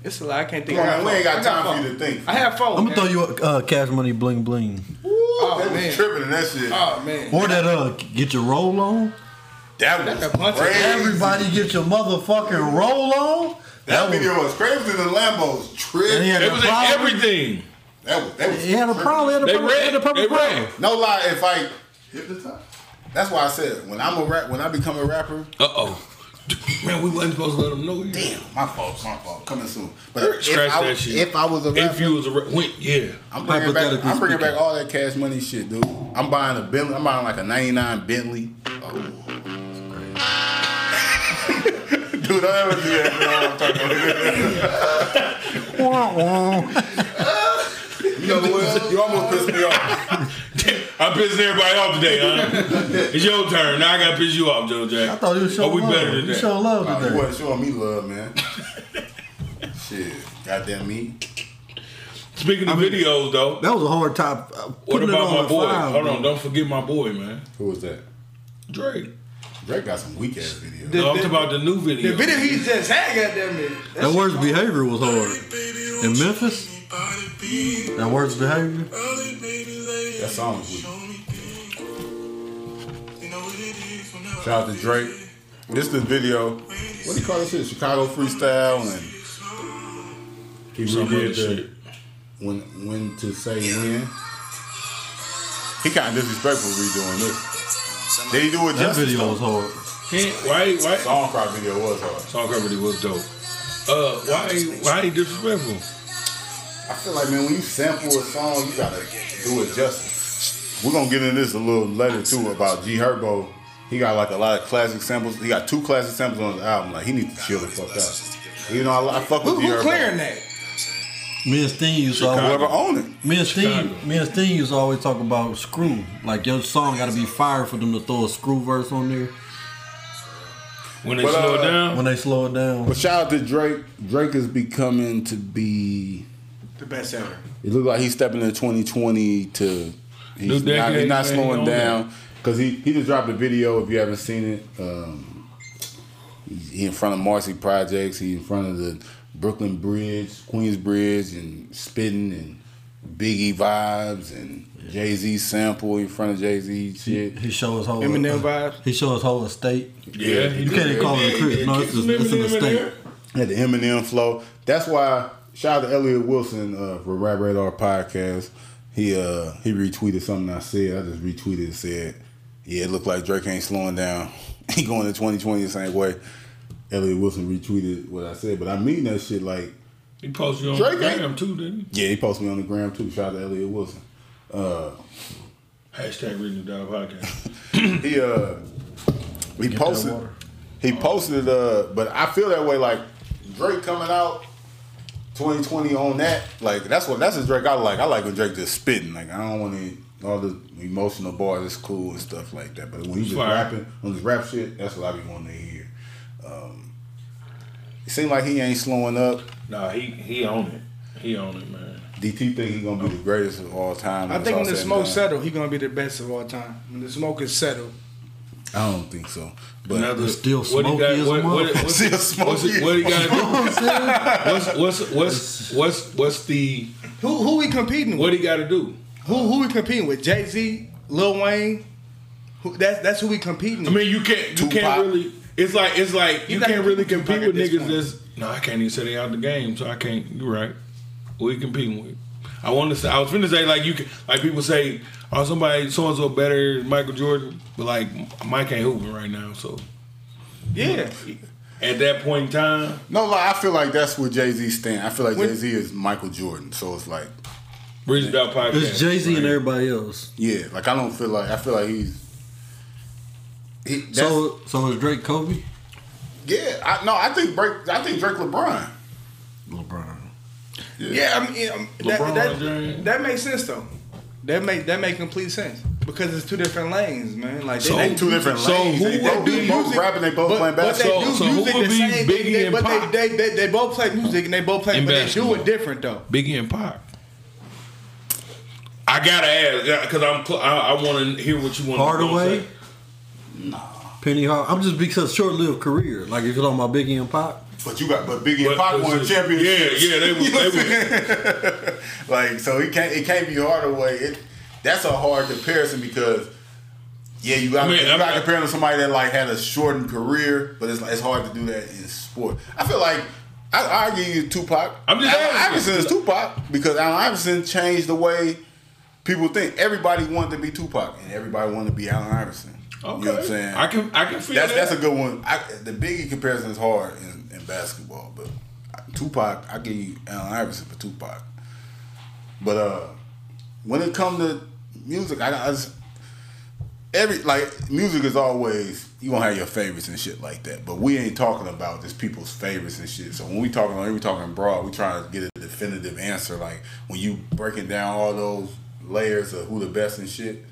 It's a lot. I can't think. Come on, I man. We ain't got I time for four. you to think. I have 4 I'm man. gonna throw you a uh, cash money bling bling. Oh, Oh, that was man. tripping and that shit. Oh man. Or that uh get your roll on. that That's was a bunch of crazy. Everybody get your motherfucking roll on. That was- video was crazy. The Lambos And he tripping. had It a was in problem. everything. That was that was. He had a problem. Had a They problem. red. Had a problem. They red. No lie. If I. Hypnotized? That's why I said when I'm a rap, when I become a rapper, Uh oh. Man, we wasn't supposed to let them know you. damn, my fault, my fault, coming soon. But if Scratch I, that shit. if I was a rapper, If you was a re- went, yeah. I'm bringing back. Hypothetically I'm bringing speaking. back all that cash money shit, dude. I'm buying a Bentley. I'm buying like a '99 Bentley. Oh. dude, don't ever do that. bro. I'm talking about- Wah, wah. you know what? You almost pissed me off. I'm pissing everybody off today, huh? it's your turn. Now I gotta piss you off, Joe Jack. I thought he was Are showing Oh, we love. better than He that? showed love Wow, you today. wasn't showing me love, man. shit, goddamn me. Speaking of videos, though, That was a hard top. uh, what putting it about on my at boy? five, Hold bro. on, don't forget my boy, man. Who was that? Drake. Drake got some weak ass videos. No, I'm the- talking about the new video. The video he just had, goddamn it. That worst behavior was hard. In Memphis, that worst behavior. That song was weak. Shout out to Drake. This is the video. What do you call this shit? Chicago freestyle and he Some other redid the shit. when when to say when. He kind of disrespectful redoing this. Did he do it That justice? video though? was hard. Can't- Why? Why? Song cry video was hard. Song cover was dope. Uh, why? Why he disrespectful? I feel like man, when you sample a song, you gotta do it justice. We're gonna get into this a little later too about G Herbo. He got like a lot of classic samples. He got two classic samples on his album. Like he needs to chill the fuck out. You know, I, I fuck with Who, G who Herbo. clearing that? Me and Steen used to Whoever always, owned it. me and Steen, Chicago. me and Steen used to always talk about screw. Like your song got to be fire for them to throw a screw verse on there When they But, slow it uh, down, when they slow it down. But shout out to Drake. Drake is becoming to be. The best ever. It looked like he's stepping into 2020 to. He's New not, decade, he's not man, slowing he on down because he, he just dropped a video. If you haven't seen it, um, he's- he in front of Marcy Projects. He in front of the Brooklyn Bridge, Queens Bridge, and spitting and Biggie vibes and Jay Z sample in front of Jay Z shit. He showed his whole Eminem vibes. He showed his whole estate. yeah, he You did. can't call it a crit. No, it's, Keep a, it's an Eminem in estate. there. Had the Eminem flow. That's why shout out to Elliot Wilson uh, for Rap Radar podcast. He uh he retweeted something I said. I just retweeted and said, "Yeah, it looked like Drake ain't slowing down. he going to 2020 the same way." Elliot Wilson retweeted what I said, but I mean that shit like He posted on Drake Drake ain't- Instagram too, didn't he? yeah, he posted me on the gram too. Shout out to Elliot Wilson. Hashtag reading the dog podcast. He uh he that posted water. he posted uh but I feel that way like Drake coming out 2020 on that like that's what that's the Drake I like I like when Drake just spitting like I don't want any all the emotional bars it's cool and stuff like that but when he just Fire. rapping on this rap shit that's what I be wanting to hear um it seems like he ain't slowing up nah, he he on it. He on it, man. DT think he gonna be the greatest of all time I it's think all when the said and smoke done. settle, he gonna be the best of all time. When the smoke is settled, I don't think so but Another It's still what he smoky got? as a What, what, motherfucker. what's, Still smoky. what's it- what he got? You know what I'm saying? What's what's what's what's what's the who who we competing with? what he got to do? Who who we competing with? Jay Z, Lil Wayne. Who, that's that's who we competing. I mean, you can't you Tupac. can't really. It's like it's like you not can't really competing with compete with Tupac at this niggas. point. That's no, I can't even say they out the game, so I can't. You're right. We competing with. I want to say I was finna say like you can like people say oh somebody so and so better than Michael Jordan, but like Mike ain't hooping right now. So yeah. at that point in time, No, like I feel like that's where Jay Z stand. I feel like Jay Z is Michael Jordan, so it's like, Breeze Bell podcast. It's Jay Z and everybody else. yeah, like I don't feel like I feel like he's. He, that's, So, so is Drake Kobe? yeah, I, no, I think Drake. I think Drake LeBron. LeBron. Yeah, I mean, um, LeBron that, that, James. that makes sense though. That make that make complete sense because it's two different lanes, man. Like they, So- they Two different So lanes. who they would both, do they both music- rapping. They both but, playing but they basketball. do So- so who music would the be same Biggie thing, they, and but Pac? they, they, they they both play music and they both play, And but they do basketball. it different though. Biggie and Pac. I gotta ask because I'm cl- I, I want to hear what you want. Hardaway? Penny Hard. I'm just because short lived career. Like if you're on my Biggie and Pop. but you got but Biggie and Pac won Yeah, championships. yeah, they was. They was Like so, it can't it can't be Hardaway. It that's a hard comparison because yeah, you got I mean, you I'm got not- comparing to somebody that like had a shortened career, but it's like, it's hard to do that in sport. I feel like I I argue you Tupac. I'm just Allen asking. Iverson is Tupac because Allen Iverson changed the way people think. Everybody wanted to be Tupac and everybody wanted to be Allen Iverson. okay. You know what I'm saying? I can I can feel that's that. that's a good one. I, the Biggie comparison is hard in, in basketball, but Tupac, I give you Allen Iverson for Tupac. But uh, when it comes to music, I, I just every like music is always you gonna have your favorites and shit like that. But we ain't talking about just people's favorites and shit. So when we talking on, we talking broad. We trying to get a definitive answer. Like when you breaking down all those layers of who the best and shit.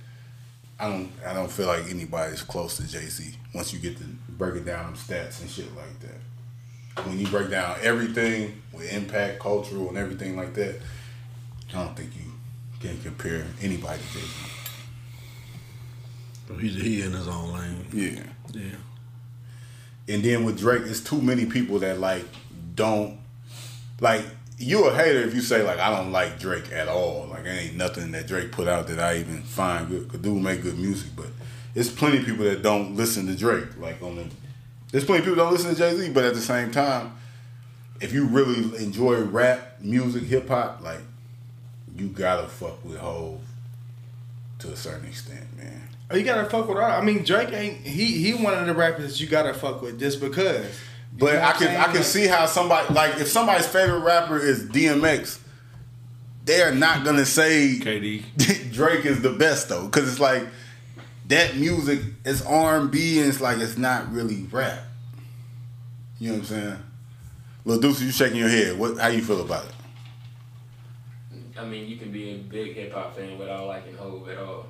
I don't I don't feel like anybody's close to Jay Z once you get to breaking down them stats and shit like that. When you break down everything with impact, cultural, and everything like that, I don't think you can compare anybody to Jay Z. He's he in his own lane. Yeah. Yeah. And then with Drake, it's too many people that like don't like you a hater if you say like I don't like Drake at all. Like there ain't nothing that Drake put out that I even find good. Could do make good music, but it's plenty of people that don't listen to Drake. Like on the there's plenty of people that don't listen to Jay Z, but at the same time, if you really enjoy rap music, hip hop, like you gotta fuck with Hove to a certain extent, man. Oh, You gotta fuck with all. I mean, Drake ain't he he one of the rappers you gotta fuck with just because. You But know I what can I'm I can saying? see how somebody like if somebody's favorite rapper is DMX, they are not gonna say KD. Drake is the best though, because it's like that music is R and B and it's like it's not really rap. You know what I'm saying? Lil Deuce, you shaking your head. What? How you feel about it? I mean, you can be a big hip hop fan without liking Hove at all.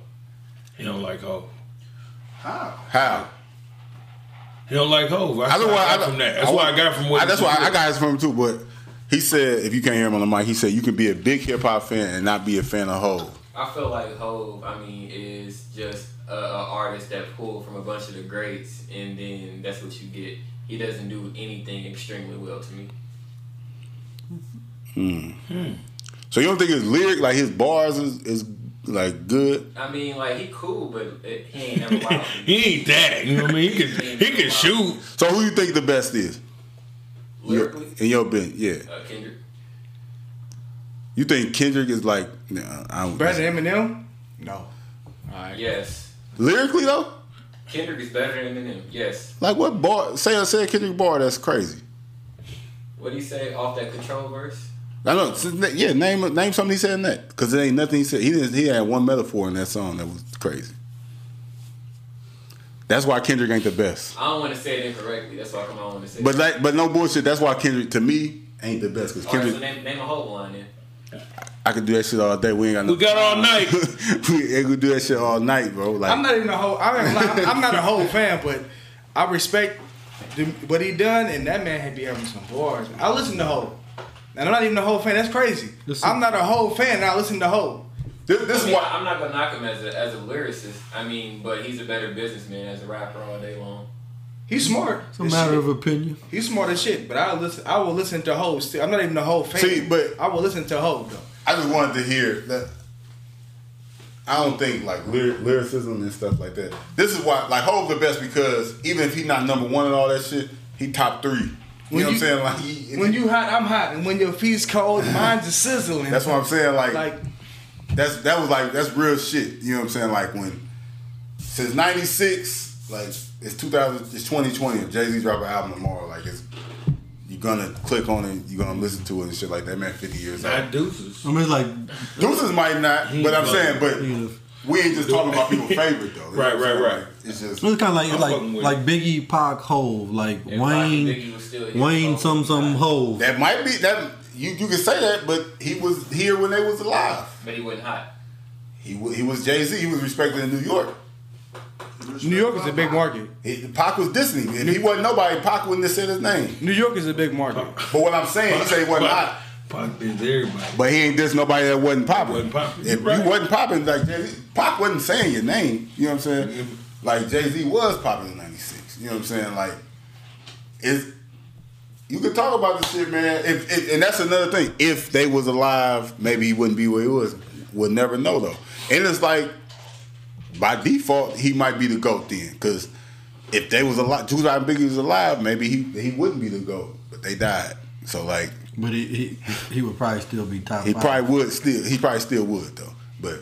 He don't like Hov. How? He don't like Hov. I, I don't. I I got from that. That's why I got from what. I, that's why I got it from too. But he said, if you can't hear him on the mic, he said you can be a big hip hop fan and not be a fan of Hov. I feel like Hove, I mean, is just a, a artist that pulled from a bunch of the greats, and then that's what you get. He doesn't do anything extremely well to me. So you don't think his lyric, like his bars, is, is like good? I mean, like he cool, but it, he ain't never wild. He ain't that. You know what I mean? He can he can shoot. So who you think the best is? Your, Lyrically, in your opinion, yeah. uh, Kendrick. You think Kendrick is like? Nah, I don't. better than Eminem. No, Yes, Lyrically though, Kendrick is better than Eminem. Yes. like what bar? Say say a Kendrick bar that's crazy. What do you say off that control verse? I know. s- na- Yeah, name name something he said in that because it ain't nothing he said. He didn't. He had one metaphor in that song that was crazy. That's why Kendrick ain't the best. I don't want to say it incorrectly. That's why I come on want to say. But it. like, but no bullshit. That's why Kendrick to me ain't the best because All right, so Kendrick. name, name a whole one then. I could do that shit all day. We ain't got no. We got all night. we ain't gonna do that shit all night, bro. Like I'm not even a whole. I ain't lying, I'm not a whole fan, but I respect the, what he done, and that man had be having some bars. I listen to whole, and I'm not even a whole fan. That's crazy. Listen. I'm not a whole fan. And I listen to whole. this, I this is mean, why I'm not gonna knock him as a as a lyricist. I mean, but he's a better businessman as a rapper all day long. He's smart. It's a matter of opinion. He's smart as shit. But I listen. I will listen to whole. Still, I'm not even a whole fan. See, but- I will listen to whole though. I just wanted to hear that. I don't think like lyric, lyricism and stuff like that. This is why like Hov the best because even if he not number one and all that shit, he top three. You know what I'm saying? Like he, when you hot, I'm hot, and when your feet's cold, mine's is sizzling. that's what I'm saying. Like, Like, that's that was like that's real shit. You know what I'm saying? Like when since '96, like it's 2000, it's 2020. If Jay Z drop an album tomorrow, like it's you're gonna click on it, you're gonna listen to it and shit like that. Man, 50 years old. Not deuces. I mean, like, Deuces might not, but I'm He's saying, but he's- we ain't just talking about people's favorite though. You know Right, what I'm right, saying? right. It's just it's kind of I'm like fucking with like like Biggie, Pac, Hove, like If Biggie Wayne, was still here, Wayne, oh, some some Hove. that might be that you you can say that, but he was here when they was alive. But he wasn't hot. He wa- he was Jay Z. He was respected in New York. New York is a big market. He, Pac was Disney. If he wasn't nobody, Pac wouldn't have said his name. New York is a big market. But what I'm saying, he said he wasn't hot. Pac did everybody. But he ain't diss nobody that wasn't popping. Wasn't popping. If Right. you wasn't popping, like Jay-Z, Pop wasn't saying your name. You know what I'm saying? Like Jay Z was popping in '96. You know what I'm saying? Like, it's you could talk about this shit, man. If, if and that's another thing. If they was alive, maybe he wouldn't be where he was. We'll never know though. And it's like by default, he might be the goat then, because if they was alive, Juice and Biggie was alive, maybe he he wouldn't be the goat. But they died, so like. But he, he he would probably still be top. He five. probably would still. He probably still would though. But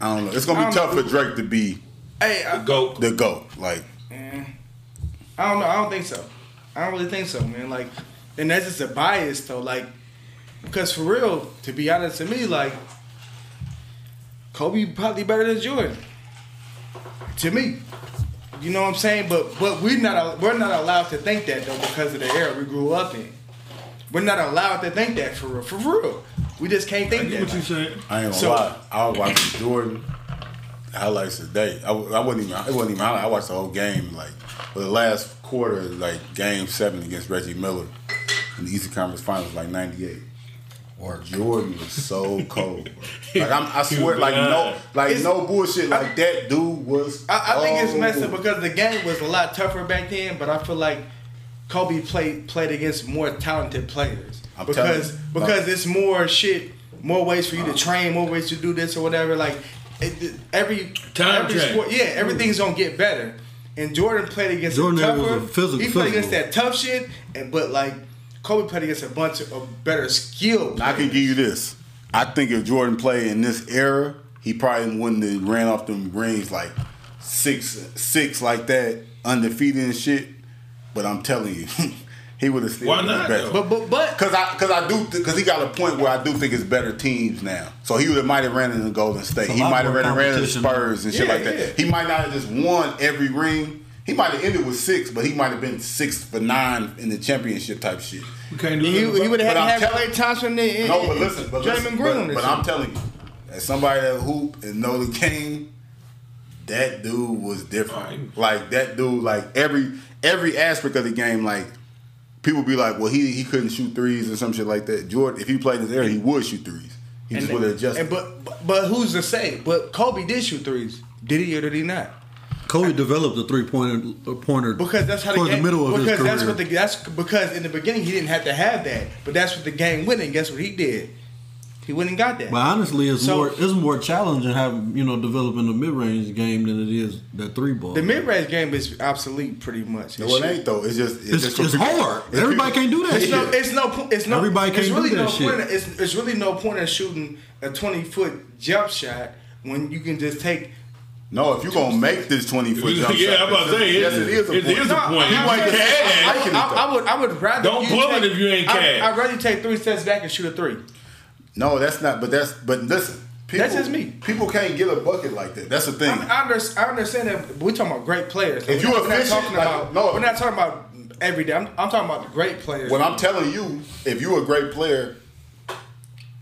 I don't know. It's gonna I be tough don't for Drake to be Hey, I, Goat. the goat. Like I don't know. I don't think so. I don't really think so, man. Like, and that's just a bias, though. Like, because for real, to be honest, to me, like, Kobe probably better than Jordan. To me, you know what I'm saying. But but we're not we're not allowed to think that though because of the era we grew up in. We're not allowed to think that for real. For real, we just can't I think get that. what you like. saying. I ain't gonna So- lie. I was watching Jordan highlights today. I, wa- I wasn't even. It wasn't even. highlight. I watched the whole game. Like for the last quarter, like game seven against Reggie Miller in the Eastern Conference Finals, like '98. Or Jordan was so cold. Bro. Like I'm, I swear, was like no, blind. like It's- no bullshit. Like that dude was. I, I think it's cold. messed up because the game was a lot tougher back then, but I feel like Kobe played played against more talented players I'm because telling you. because it's more shit, more ways for you to train, more ways to do this or whatever. Like it, every Time every track. sport, yeah, everything's gonna get better. And Jordan played against Jordan the tougher. was a physical- he played against physical. that tough shit, and but like Kobe played against a bunch of, of better skilled. I can give you this. I think if Jordan played in this era, he probably wouldn't have ran off them rings like six, six like that, undefeated and shit. But I'm telling you, he would have still. Why been not, better. though? but but but Cause I, cause I do, because he got a point where I do think it's better teams now. So he would have might have ran in the Golden State. a He lot might have more ran and ran in the competition. Spurs and shit Yeah, like that. yeah. He might not have just won every ring. He might have ended with six, but he might have been six for nine in the championship type shit. We can't do he, nothing he about would have But I'm had to have tell- Clay Thompson and, No, but listen, but listen, Draymond Green. on but, this but shit. I'm telling you, as somebody that hoop and know the game, that dude was different. Like that dude, like every every aspect of the game, like people be like, well, he he couldn't shoot threes or some shit like that. Jordan, if he played in this era, he would shoot threes. He just And- would have adjusted. and but but- but who's to say? But Kobe did shoot threes. Did he or did he not? Kobe developed a three pointer pointer Because that's how the toward game. the middle of his because career. that's what the that's because in the beginning he didn't have to have that. But that's what the game went, and guess what he did? He went and got that. But honestly, it's So- more it's more challenging having you know developing the mid range game than it is that three ball. the mid range game is obsolete pretty much. no, it ain't though. It's just it's, It's- just for it's people- hard. it's Everybody people- can't do that It's shit. no, it's no, po- it's no. Everybody it's can't really do that no shit. Point in, it's, it's really no point in shooting a twenty foot jump shot when you can just take. No, if you gonna make this twenty foot jump Yeah, shot, I'm about to say, yes, it it- is. A it point. is a point. You I'm ain't saying- cash. I, would- I, would- I would rather. Don't you pull it take- if you ain't I- cash. I'd rather you take three steps back and shoot a three. No, that's not. But that's but listen, people, That's just me. People can't get a bucket like that. That's the thing. I, I, under, I understand that but we're talking about great players. If We're you not- we're not efficient, talking like, about no. we're not talking about every day. I'm, I'm talking about the great players. When I'm telling you, if you're a great player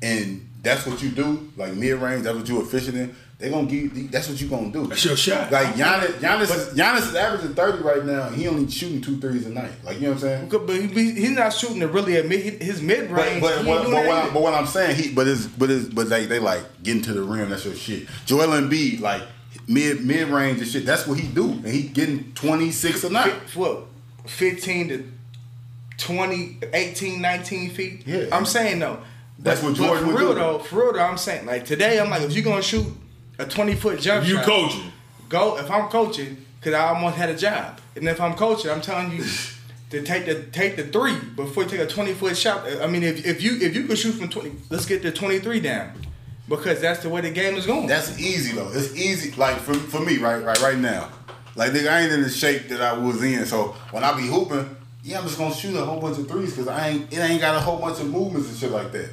and that's what you do, like mid range, that's what you're efficient in, they gonna give you, that's what you gonna do. That's your shot. Like Giannis, Giannis, is, Giannis is averaging 30 right now. and He only shooting two threes a night. Like you know what I'm saying? but he, he- he's not shooting to really admit his mid But, range. but, what, but, what I'm, but what I'm saying, he but it's but it's but they they like getting to the rim. That's your shit. Joel Embiid like mid mid range and shit. That's what he do, and he getting 26 a night. what 15 to 20, 18, 19 feet. Yeah. I'm saying though, That's what Jordan but would for real do. though, for real though, I'm saying like today, I'm like, if you're gonna shoot a 20 foot jump You shot, coaching. go. If I'm coaching, because I almost had a job, and if I'm coaching, I'm telling you to take the take the three before you take a 20 foot shot. I mean, if, if you if you could shoot from 20, let's get the 23 down, because that's the way the game is going. That's easy though. It's easy. Like for, for me, right, right, right now. Like nigga, I ain't in the shape that I was in. So when I be hooping, yeah, I'm just gonna shoot a whole bunch of threes because I ain't it ain't got a whole bunch of movements and shit like that.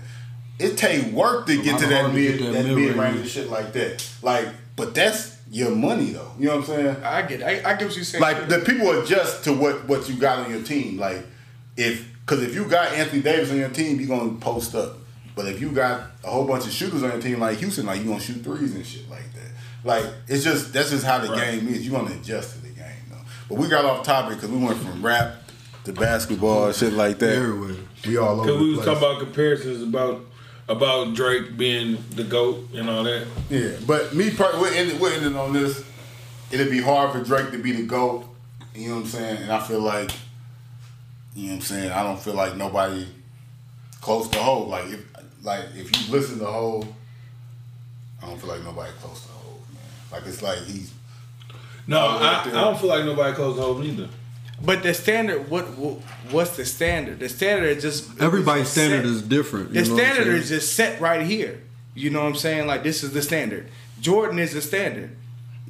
It take work to get lot to that harder to mid get that that mid mid-range. range and shit like that. Like, but that's your money though. You know what I'm saying? I get. it. I, I get what you're saying. like the people adjust to what what you got on your team. Like if because if you got Anthony Davis on your team, you're gonna post up. But if you got a whole bunch of shooters on your team, like Houston, like you gonna shoot threes and shit like that. Like it's just that's just how the game is. You gonna adjust to the game though. But we got off topic because we went from rap to basketball and shit like that. Everywhere. We all over Because we the place. was talking about comparisons about about Drake being the goat and all that. yeah, but me, per- we're ending, we're ending on this. It'd be hard for Drake to be the goat. You know what I'm saying? And I feel like, you know what I'm saying. I don't feel like nobody close to Hov. Like if like if you listen to Hov, I don't feel like nobody close to Hov, man. Like it's like he's No, Oh, I, I yeah. don't feel like nobody calls the hope either. But the standard, what, what what's the standard? The standard is just Everybody's it's just standard set. is different. The you know what I'm standard saying? is just set right here. You know what I'm saying? Like this is the standard. Jordan is the standard.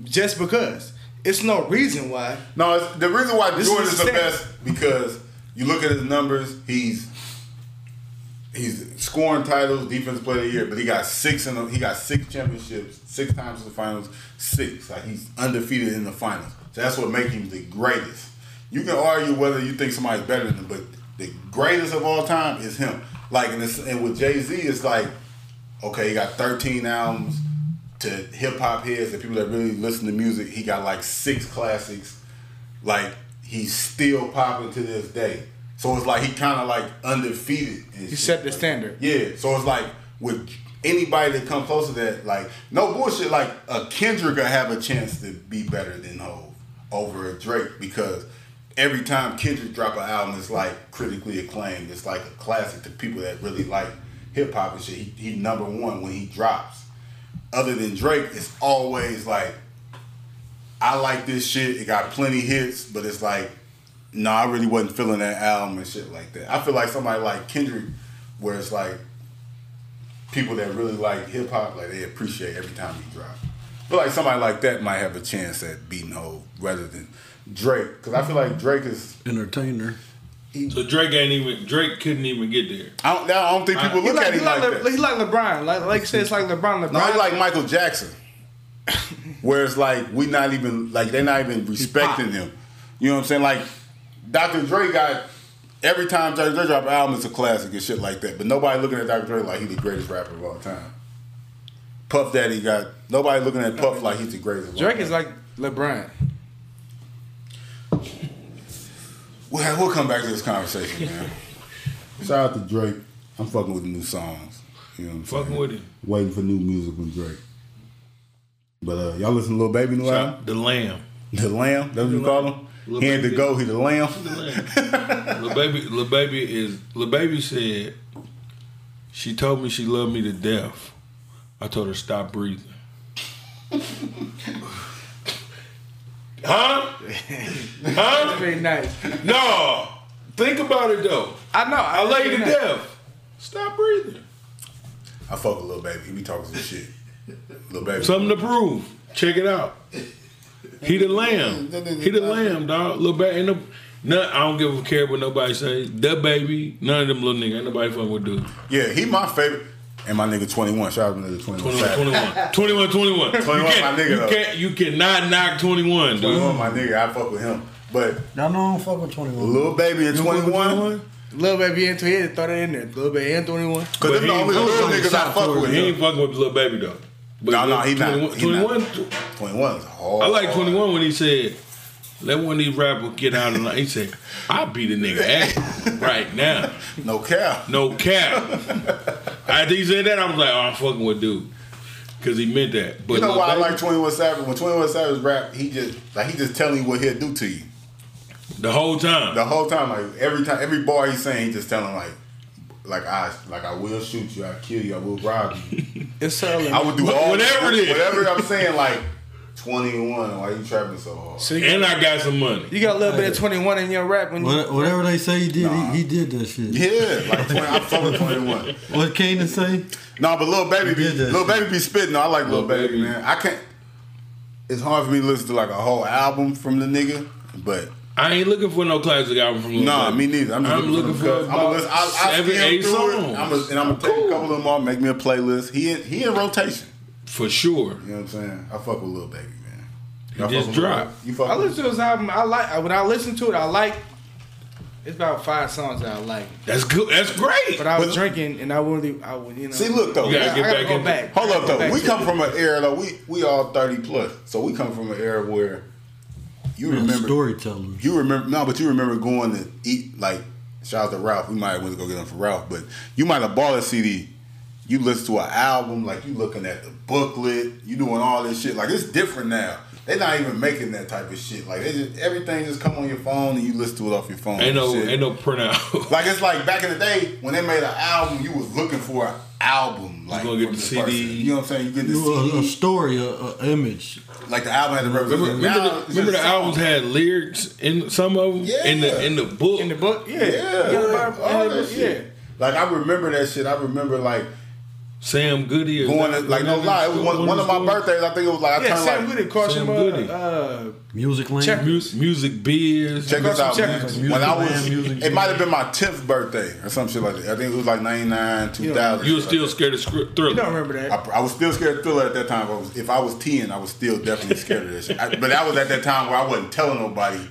Just because it's no reason why. no. It's, the reason why This Jordan is is the sad. best because you look at his numbers. He's he's scoring titles, defense player of the year, but he got six in the, he got six championships, six times in the finals, six. Like he's undefeated in the finals. So that's what makes him the greatest. You can argue whether you think somebody's better than him, but the greatest of all time is him. Like and, it's, and with Jay Z, it's like okay, he got thirteen albums to hip hop heads, the people that really listen to music. He got like six classics like he's still popping to this day. So it's like he kind of like undefeated. and shit. set the Like, standard. Yeah. So it's like with anybody that come close to that, like no bullshit. Like a Kendrick will have a chance to be better than Hov over a Drake because every time Kendrick drop an album, it's like critically acclaimed. It's like a classic to people that really like hip hop and shit. He, he number one when he drops. Other than Drake, it's always like I like this shit. It got plenty hits, but it's like, no, I really wasn't feeling that album and shit like that. I feel like somebody like Kendrick, where it's like people that really like hip hop, like they appreciate every time he drop. I feel like somebody like that might have a chance at beating Hov rather than Drake, because I feel like Drake is. entertainer. So Drake ain't even Drake couldn't even get there. I don't, I don't think people He look like, at he him like, like, Le- that. he like LeBron. Like like you said, it's like LeBron. LeBron. No, I like Michael Jackson. Where it's like we not even like they're not even respecting him. You know what I'm saying? Like Dr. Dre got every time Dr. Dre drop an album, it's a classic and shit like that. But nobody looking at Dr. Dre like he's the greatest rapper of all time. Puff Daddy got nobody looking at Puff like he's the greatest. Of all Drake time. is like LeBron. We'll, have- we'll come back to this conversation, man. Shout out to Drake. I'm fucking with the new songs. You know what I'm saying? Fucking with him. Waiting for new music from Drake. But uh, y'all listen to Lil Baby new album? The lamb. The lamb, that's what you call him. Lil He ain't the Baby. goat, he the lamb. Lil baby, Lil baby is Lil baby said she told me she loved me to death. I told her stop breathing. huh? huh? Very nice. No. Think about it though. I know. I love you to that. death. Stop breathing. I fuck with little baby. He be talking some shit. Little baby. Something to prove. Check it out. He the lamb. He the lamb, dog. Little baby. Ain't no, none, I don't give a care what nobody say. The baby. None of them little niggas. Ain't nobody fucking with dude. yeah, he my favorite. And my nigga 21. Shout out to my nigga 21. 21, Savage. 21. 21, 21. 21, you can't, my nigga, you though. can't, you cannot knock 21, dude. 21, my nigga. I fuck with him. But Y'all know I don't fuck with 21. little baby and 21, Lil baby and he throw that in there. Lil baby and twenty one. because them the But he- only little he- niggas I fuck with. He ain't Him. fucking with little baby, though. But No, no, Lil- he not. He 21, not. Oh. 21 is hard. I like 21 when he said, let one of these rappers get out of line. He said, I beat a nigga ass right now. No cap. No cap. After he said that, I was like, oh, I'm fucking with dude. Because he meant that. But You know Lil why I Baby- like 21 Savage? When 21 Savage rap, he just like he just telling you what he'll do to you. The whole time. The whole time, like every time, every bar he's saying, he just telling like, like I like I will shoot you, I will kill you, I will rob you. It's selling. I would do Wha- all whatever it is. Whatever I'm saying, like twenty one. Why you trapping so hard? So you, And I got some money. you got a little bit of 21 in your rap when you What- Whatever they say he did, he, he did that shit. Yeah, like 20, I'm fucking twenty one. What Kanan say? No, but little baby be You did that little shit. baby be spitting. though. I like little baby, Baby. man. I can't. It's hard for me to listen to like a whole album from the nigga, but I ain't looking for no classic album from Lil nah, Baby. me neither. I'm, just Mm-hmm. I'm looking for I'm gonna about listen. I, I seven, skim eight through it, songs. I'ma- and I'm gonna take a couple of them off, make me a playlist. He in, he in rotation. for You know sure. what I'm saying? I fuck with little baby, man. He Y'all fuck just with Lil dropped. Baby? You fuck I with listen to his album. I like when I listen to it. I like. It's about five songs that I like, That's good. That's great. but I was But- drinking and I really, I would, you know. See, look though. You gotta I get gotta back go into- back. Hold up Go though. back We to come it. from an era though. We we all thirty plus, so we come from an era where you Man, remember storytelling. You remember no, but you remember going to eat like shout out to Ralph. We might have went to go get them for Ralph, but you might have bought a CD. You listen to an album, like you looking at the booklet, you doing all this shit. Like it's different now. They not even making that type of shit. Like they just everything just come on your phone and you listen to it off your phone. Ain't and no shit. ain't no printout. like it's like back in the day when they made an album, you was looking for an album. Like gonna get from the this CD. You know what I'm saying? You get the A, a CD. story, a, a image. Like the album had to represent. Remember, remember Now, the, it's remember just the albums songs. had lyrics in some of them Yeah. in the in the book. in the book. Yeah, Yeah, You gotta buy- all yeah, that shit. Like I remember that shit. I remember like Sam Goody or going to, like no lie. It was one, one of my birthdays. I think it was like I Yeah, yeah turned Sam like. Goody, Carson, Sam uh, Goody. uh, Music lane. Check- Music, music beers. Check this out, Check man. this out. when I Music was, Man, Music it Man. might have been my tenth birthday or some shit like that. I think it was like ninety nine, two thousand. You were still scared of script thriller. you don't remember I, that? I was still scared of Thriller at that time. I was, if I was ten, I was still definitely scared of this. shit. I, but that was at that time where I wasn't telling nobody.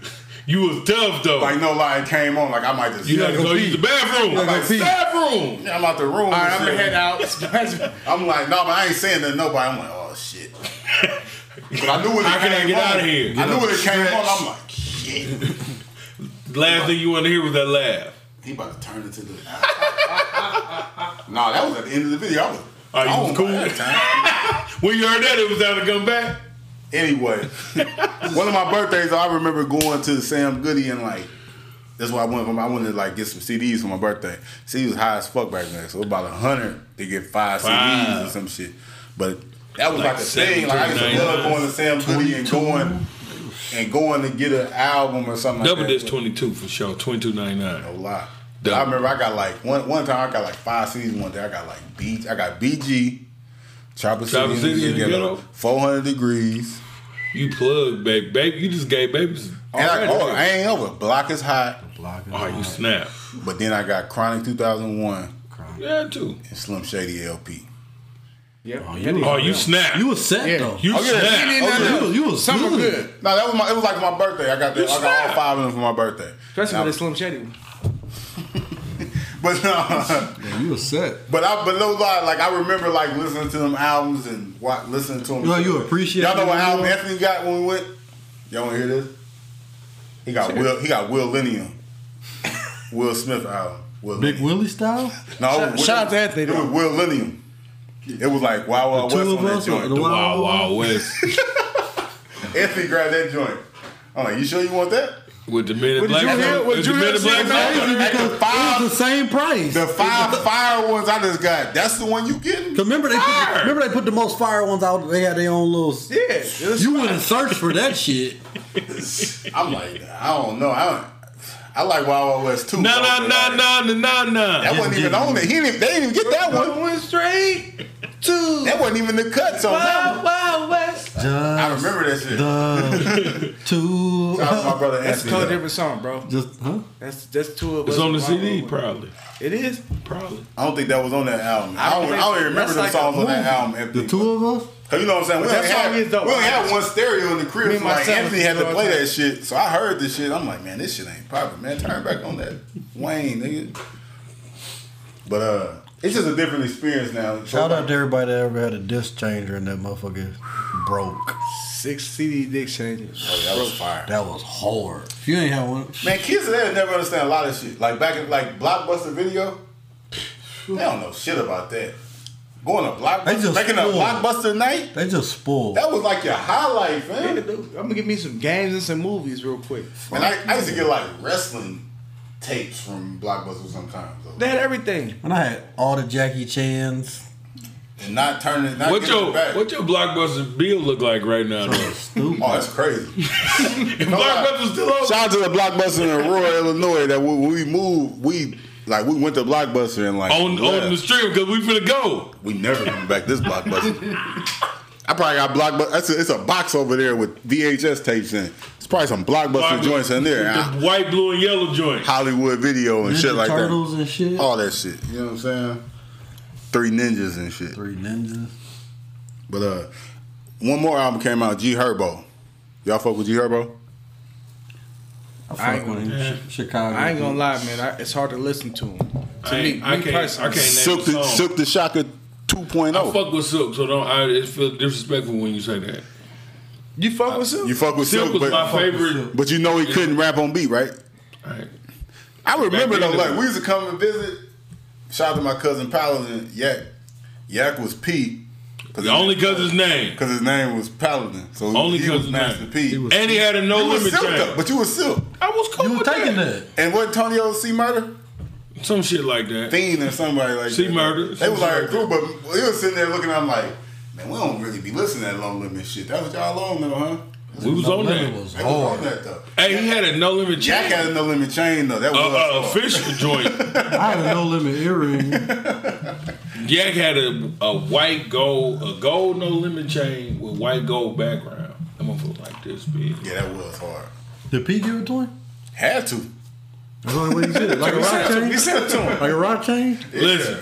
You was tough though. Like no lie, it came on. Like I might just. you had to go use the bathroom. gotta go pee. bathroom. I'm out the room. All All right, right, I'm gonna head out. Oh, I'm like, no, but I ain't saying that to nobody. I'm like, oh shit. But I knew when it How can I came get on, outta here? I knew when it came on. I'm like, shit. Last thing you want to hear was that laugh. He about to turn into the. nah, that was at the end of the video. I was. Oh, you gone was cool? by that time. When you heard that, it was time to come back. anyway, one of my birthdays, I remember going to Sam Goody and like. That's why I went. I wanted to like get some CDs for my birthday. CDs was high as fuck back then, so it was about a hundred to get five CDs or Five. some shit. But that was Like like, a thing. Like I used to 17, love going to Sam Goody and going and going to get an album or something. Double like that. this twenty two for sure. Twenty two ninety a nine. lot. But I remember I got like one one time I got like five CDs one day. I got like B I got BG, Chopper City, Chopper in City the in the ghetto, Ghetto. 400 degrees. You plug, baby, baby. You just gave babies. And I, Already. oh, I ain't over. Block is hot. Blocking Oh, you snap. But then I got Chronic 2001 Yeah, too. and Slim Shady LP. yeah, Oh, you snap. You was set Yeah. though. You Oh, yeah. snap. Oh, yeah. You was, you was something good. good. No, that was my. It was like my birthday. I got that. I got all five of them for my birthday. Especially Now- with the Slim Shady one. But no, Yeah, you was set. but I but no lie, like I remember like listening to them albums and wa listening to them. You know, you appreciate Y'all know what it album more. Anthony got when we went? Y'all wanna hear this? He got Will he got Will Linium. Will Smith album. Will Big Linium. Willie style. No, it Shout- was- shout out to Anthony, It was though. Will Linium. It was like Wow Wow West The on two of that us. joint. Oh, on the Wow, Wild wow, Wild West Anthony grabbed that joint. I'm like, you sure you want that? with the men in What did black. you hear? What with the Drew men in said? black. No. At the It five, was the same price. the five fire ones I just got. That's the one you getting? 'Cause remember they put, Fire. remember they put the most fire ones out. They had their own little. Yeah, it was- You wouldn't search for that shit. I'm like, I don't know. I don't, I like Wild Wild West too. No, no, no, no, no, no. That wasn't even on it. He didn't, they didn't even get that one. Going straight to That wasn't even the cut. So Wild Wild West. Just uh, I remember that shit. the two. Shout out to my brother That's a Anthony. totally though. different song, bro. Just huh? That's that's two of us. It's on the Wild Wild CD, West. probably. It is. Probably. I don't think that was on that album. I don't, I don't even remember That's the like songs a on that movie. album. Anthony. The two of us. Cause you know what I'm saying. We That only song had, is dope. we only had one stereo in the crib. Me so and like myself Anthony was had to doing play that. that shit. So I heard this shit. I'm like, man, this shit ain't proper. Man, turn back on that Wayne, nigga. But uh, it's just a different experience now. Shout out to everybody that ever had a disc changer and that motherfucker broke. Six CD dick changes. Oh, that was fire. That was hard. If you ain't had one, Man, kids today never understand a lot of shit. Like back in like Blockbuster Video, they don't know shit about that. Going to They Blockbuster, just making a spoiled. Blockbuster night, they just spoiled. that was like your highlight, I'm man. gonna get me some games and some movies real quick. And I, I used to get like wrestling tapes from Blockbuster sometimes. though. They had everything. And I had all the Jackie Chans. and not turning, not What giving your it back. what your blockbuster bill look like right now? though? Stupid. oh, that's crazy. If blockbuster's still open. Shout out to the Blockbuster in Aurora, Illinois. That when we moved, we like we went to Blockbuster and like On, on left. the stream because we finna go. we never come back this Blockbuster. I probably got Blockbuster. That's a, it's a box over there with VHS tapes in. it. It's probably some Blockbuster joints in there. The white, blue, and yellow joint. Hollywood video and Ninja shit like Turtles and shit. that. Oh. All that shit. You know what I'm saying? Three ninjas and shit. Three ninjas. But uh, one more album came out. G Herbo. Y'all fuck with G Herbo? I fuck I ain't with him. Chi- Chicago. I ain't gonna lie, man. I, it's hard to listen to him. To I, me, ain't- I me can't. personally. I can't name Silk the, the song. Silk the Shocker 2.0. I fuck with Silk, so don't. I, it feels disrespectful when you say that. You fuck with Silk? you fuck with Silk, Silk was but, my favorite. but you know he couldn't rap on beat, right? Alright. I remember Back though, then, like though. we used to come and visit. Shout out to my cousin Paladin Yak. Yak was P. Cause The only cause his name, because his name was Paladin, so Only he 'cause was his Master name. P. you and he had a no was limit Silk though, chain. but you was Silk. I was cool You were with taking that. that. And what Antonio C Murder? Some shit like that. Fiend or somebody like C that. Murder. They was like a crew, but we was sitting there looking. I'm like, man, we don't really be listening to that long limit shit. That was y'all on though, huh? we was No on Limit that. was They was on hard. that though. Hey, he had a no limit chain. Jack had a no limit chain though. That was a, a hard. official joint. I had a no limit earring. Jack had a, a white gold, a gold no limit chain with white gold background. That motherfucker like this big. Yeah, that was hard. Did P give it to him? Had to. That's the only way he did it. Like a rock chain? You sent it to him. Like a rock chain? Listen,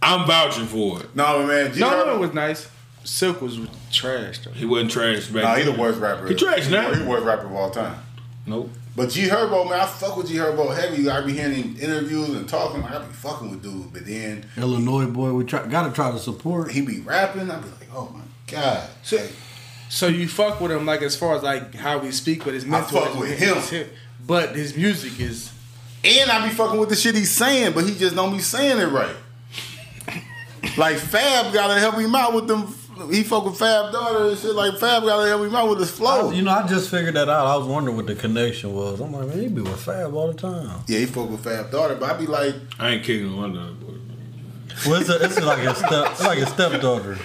I'm vouching for it. No man. G No, Herbo- no, it was nice. Silk was trash, though. He wasn't trash back. Nah, he then. the worst rapper. He trash now. He the worst rapper of all time. Nope. But G Herbo, man, I fuck with G Herbo heavy. I be hearing him interviews and talking. Like, I be fucking with dude. But then Illinois boy, we try, gotta try to support. he be rapping. I be like, oh my god. Like, So you fuck with him like as far as like how we speak, but his mental. fuck with his- him. his- But his music is and I be fucking with the shit he's saying, but he just don't be saying it right. like Fab gotta help him out with them. He fuck with Fab daughter and shit. Like Fab gotta help him out with his flow. You know, I just figured that out. I was wondering what the connection was. I'm like, man, he be with Fab all the time. yeah, he fuck with Fab daughter, but I be like, I ain't kicking one of them. boys. Well, it's, a, it's like his step, it's like his stepdaughter.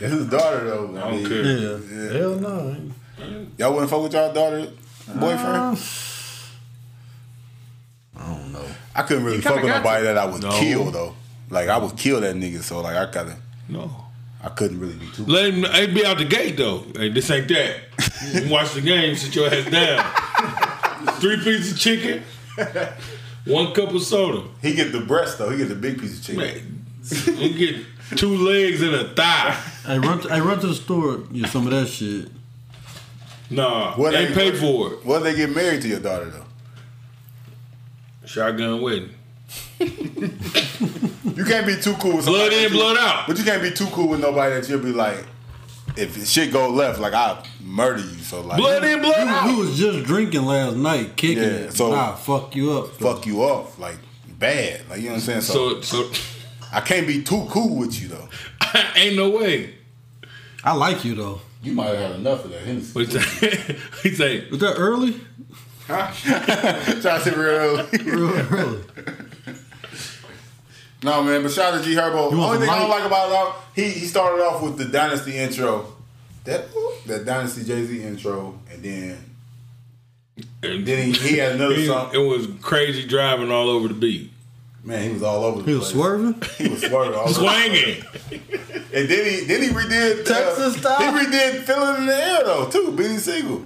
that's his daughter though. I, I don't mean, care. Yeah, hell no. Y'all wouldn't fuck with y'all daughter boyfriend. Um, I don't know. I couldn't really fuck kinda with got nobody that I would No. kill though. Like I would kill that nigga, so like I gotta, No. I couldn't really be too. Let him hey, be out the gate though. Hey, this ain't that. You watch the game, sit your ass down. Three pieces of chicken, one cup of soda. He get the breast though. He get the big piece of chicken. Man, you get two legs and a thigh. Hey, run! To, hey, run to the store. and Get some of that shit. Nah, What they they- paid for it. Well, they get married to your daughter though. Shotgun wedding. You can't be too cool with somebody. Blood in, that you- blood out. But you can't be too cool with nobody that you'll be like, if shit go left, like I'll murder you. So like, Blood in, blood We out. was just drinking last night, kicking Yeah, it. so- So nah, fuck you up. fuck you off, like bad. Like you know what I'm saying. So, So, so I can't be too cool with you though. ain't no way. I like you though. You might have had enough of that Hennessy. But he say, Was that early? Try to sit real. Real early. no man, but shout out to G Herbo. You want Only thing I don't some light? like about it, all, he he started off with the Dynasty intro, that that Dynasty Jay Z intro, and then and then he, he had another it, song. it was crazy driving all over the beat, Man, he was all over the He place. was swerving. He was swerving. all over the place. swinging. And then he then he redid uh, Texas style? He redid "Feeling in the Air" though too. Benny Siegel.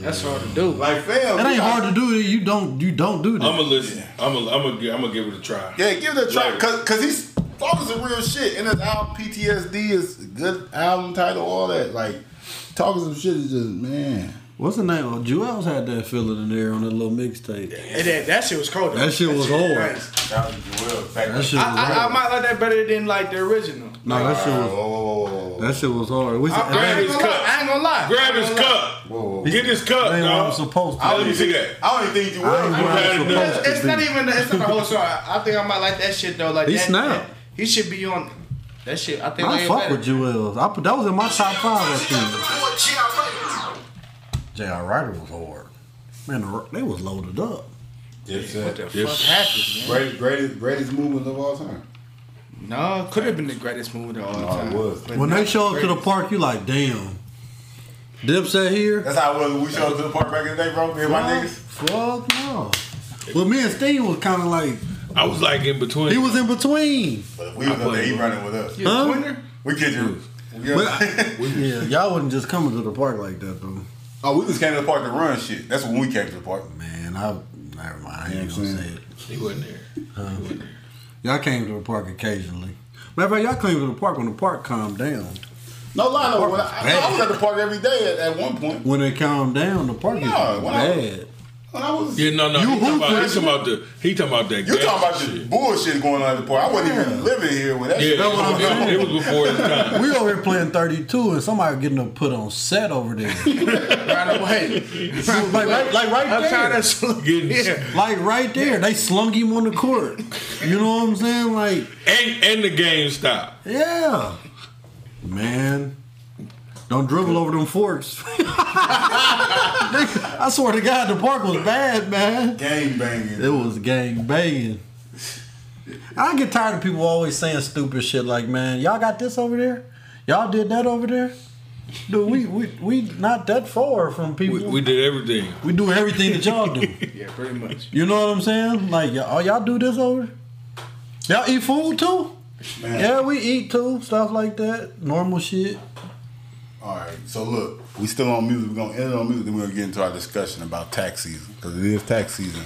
that's hard to do. Like fam, That we ain't got- hard to do. You don't. You don't do that. I'm gonna listen. I'm gonna I'm gonna I'm gonna give it a try. Yeah, give it a try Like- because cause he's talking some real shit. And his album PTSD is a good album title. All that like talking some shit is just man. What's the name? Well, Jewels had that feeling in there on that little mixtape. And that, that shit was cold. though. That shit was hard. nice. That was Joel. Back That shit was I, I, I hard. might like that better than like the original. No, that shit Whoa, was. whoa, whoa, whoa, That shit was hard. We, Oh. I, I, ain't his gonna lie. cup. I ain't gonna lie. Grab I ain't his gonna lie. cup. whoa, whoa. Get his cup. that ain't what dawg. I'm supposed to. I I let don't me even see think that. I don't even think you I ain't were. what I'm had enough. supposed It's, it's to not be. even. It's not the whole song. I I think I might like that shit though. Like He that, snapped. that- He should be on that shit. I think. I way fuck better. with Jewels. I put that was in my top five. That thing. Boy, G.I. Raymond. J.R. Ryder was hard. Man, the- they was loaded up. Yes, What the sir. fuck happened, man? Great, greatest, greatest movement of all time. No, could have been the greatest movie of all No, it time. was. but When not they the show up to the greatest. park, you like, damn. Dipset here? That's how it was. We showed up to the park back in the day, bro. Me and my niggas. Fuck no. Well, me and Steve was kind of like I was like in between. he was in between. But if we was up there, he running with us. You a Huh? pointer? We kid you. Yeah. But I- yeah, y'all wasn't just coming to the park like that though. oh, we just came to the park to run shit. That's when we came to the park. Man, I never mind. I You know ain't what gonna I'm say saying? it. he wasn't there. Y'all came to the park occasionally. Matter of fact, y'all came to the park when the park calmed down. No lie, no. When I, bad. I, was at the park every day at, at one point. When it calmed down, the park is No, when I- bad. When I was, Yeah, no, no. You he, hooping. talking about, he talking about the. He talking about that. you talking gangster about the shit. bullshit going on at the park? I wasn't even living here when that Yeah, shit. it was was, going on. it was before his time. We over here playing 32 and somebody getting up put on set over there. Right away. like, right, like right I'm there. tired of slow- Getting Yeah. Like right there. They slung him on the court. You know what I'm saying? Like, and and the game stopped. yeah. Man. Don't dribble over them forks. I swear to God, the park was bad, man. Gang banging. It was gang banging. I get tired of people always saying stupid shit like, man, y'all got this over there? Y'all did that over there? Dude, we we, we not that far from people. We, we did everything. we do everything that y'all do. Yeah, pretty much. You know what I'm saying? Like, y'all, oh, y'all do this over? Y'all eat food too? Man. Yeah, we eat too. Stuff like that. Normal shit. All right, so look, we still on music. We're gonna end it on music, then we're gonna get into our discussion about tax season because it is tax season.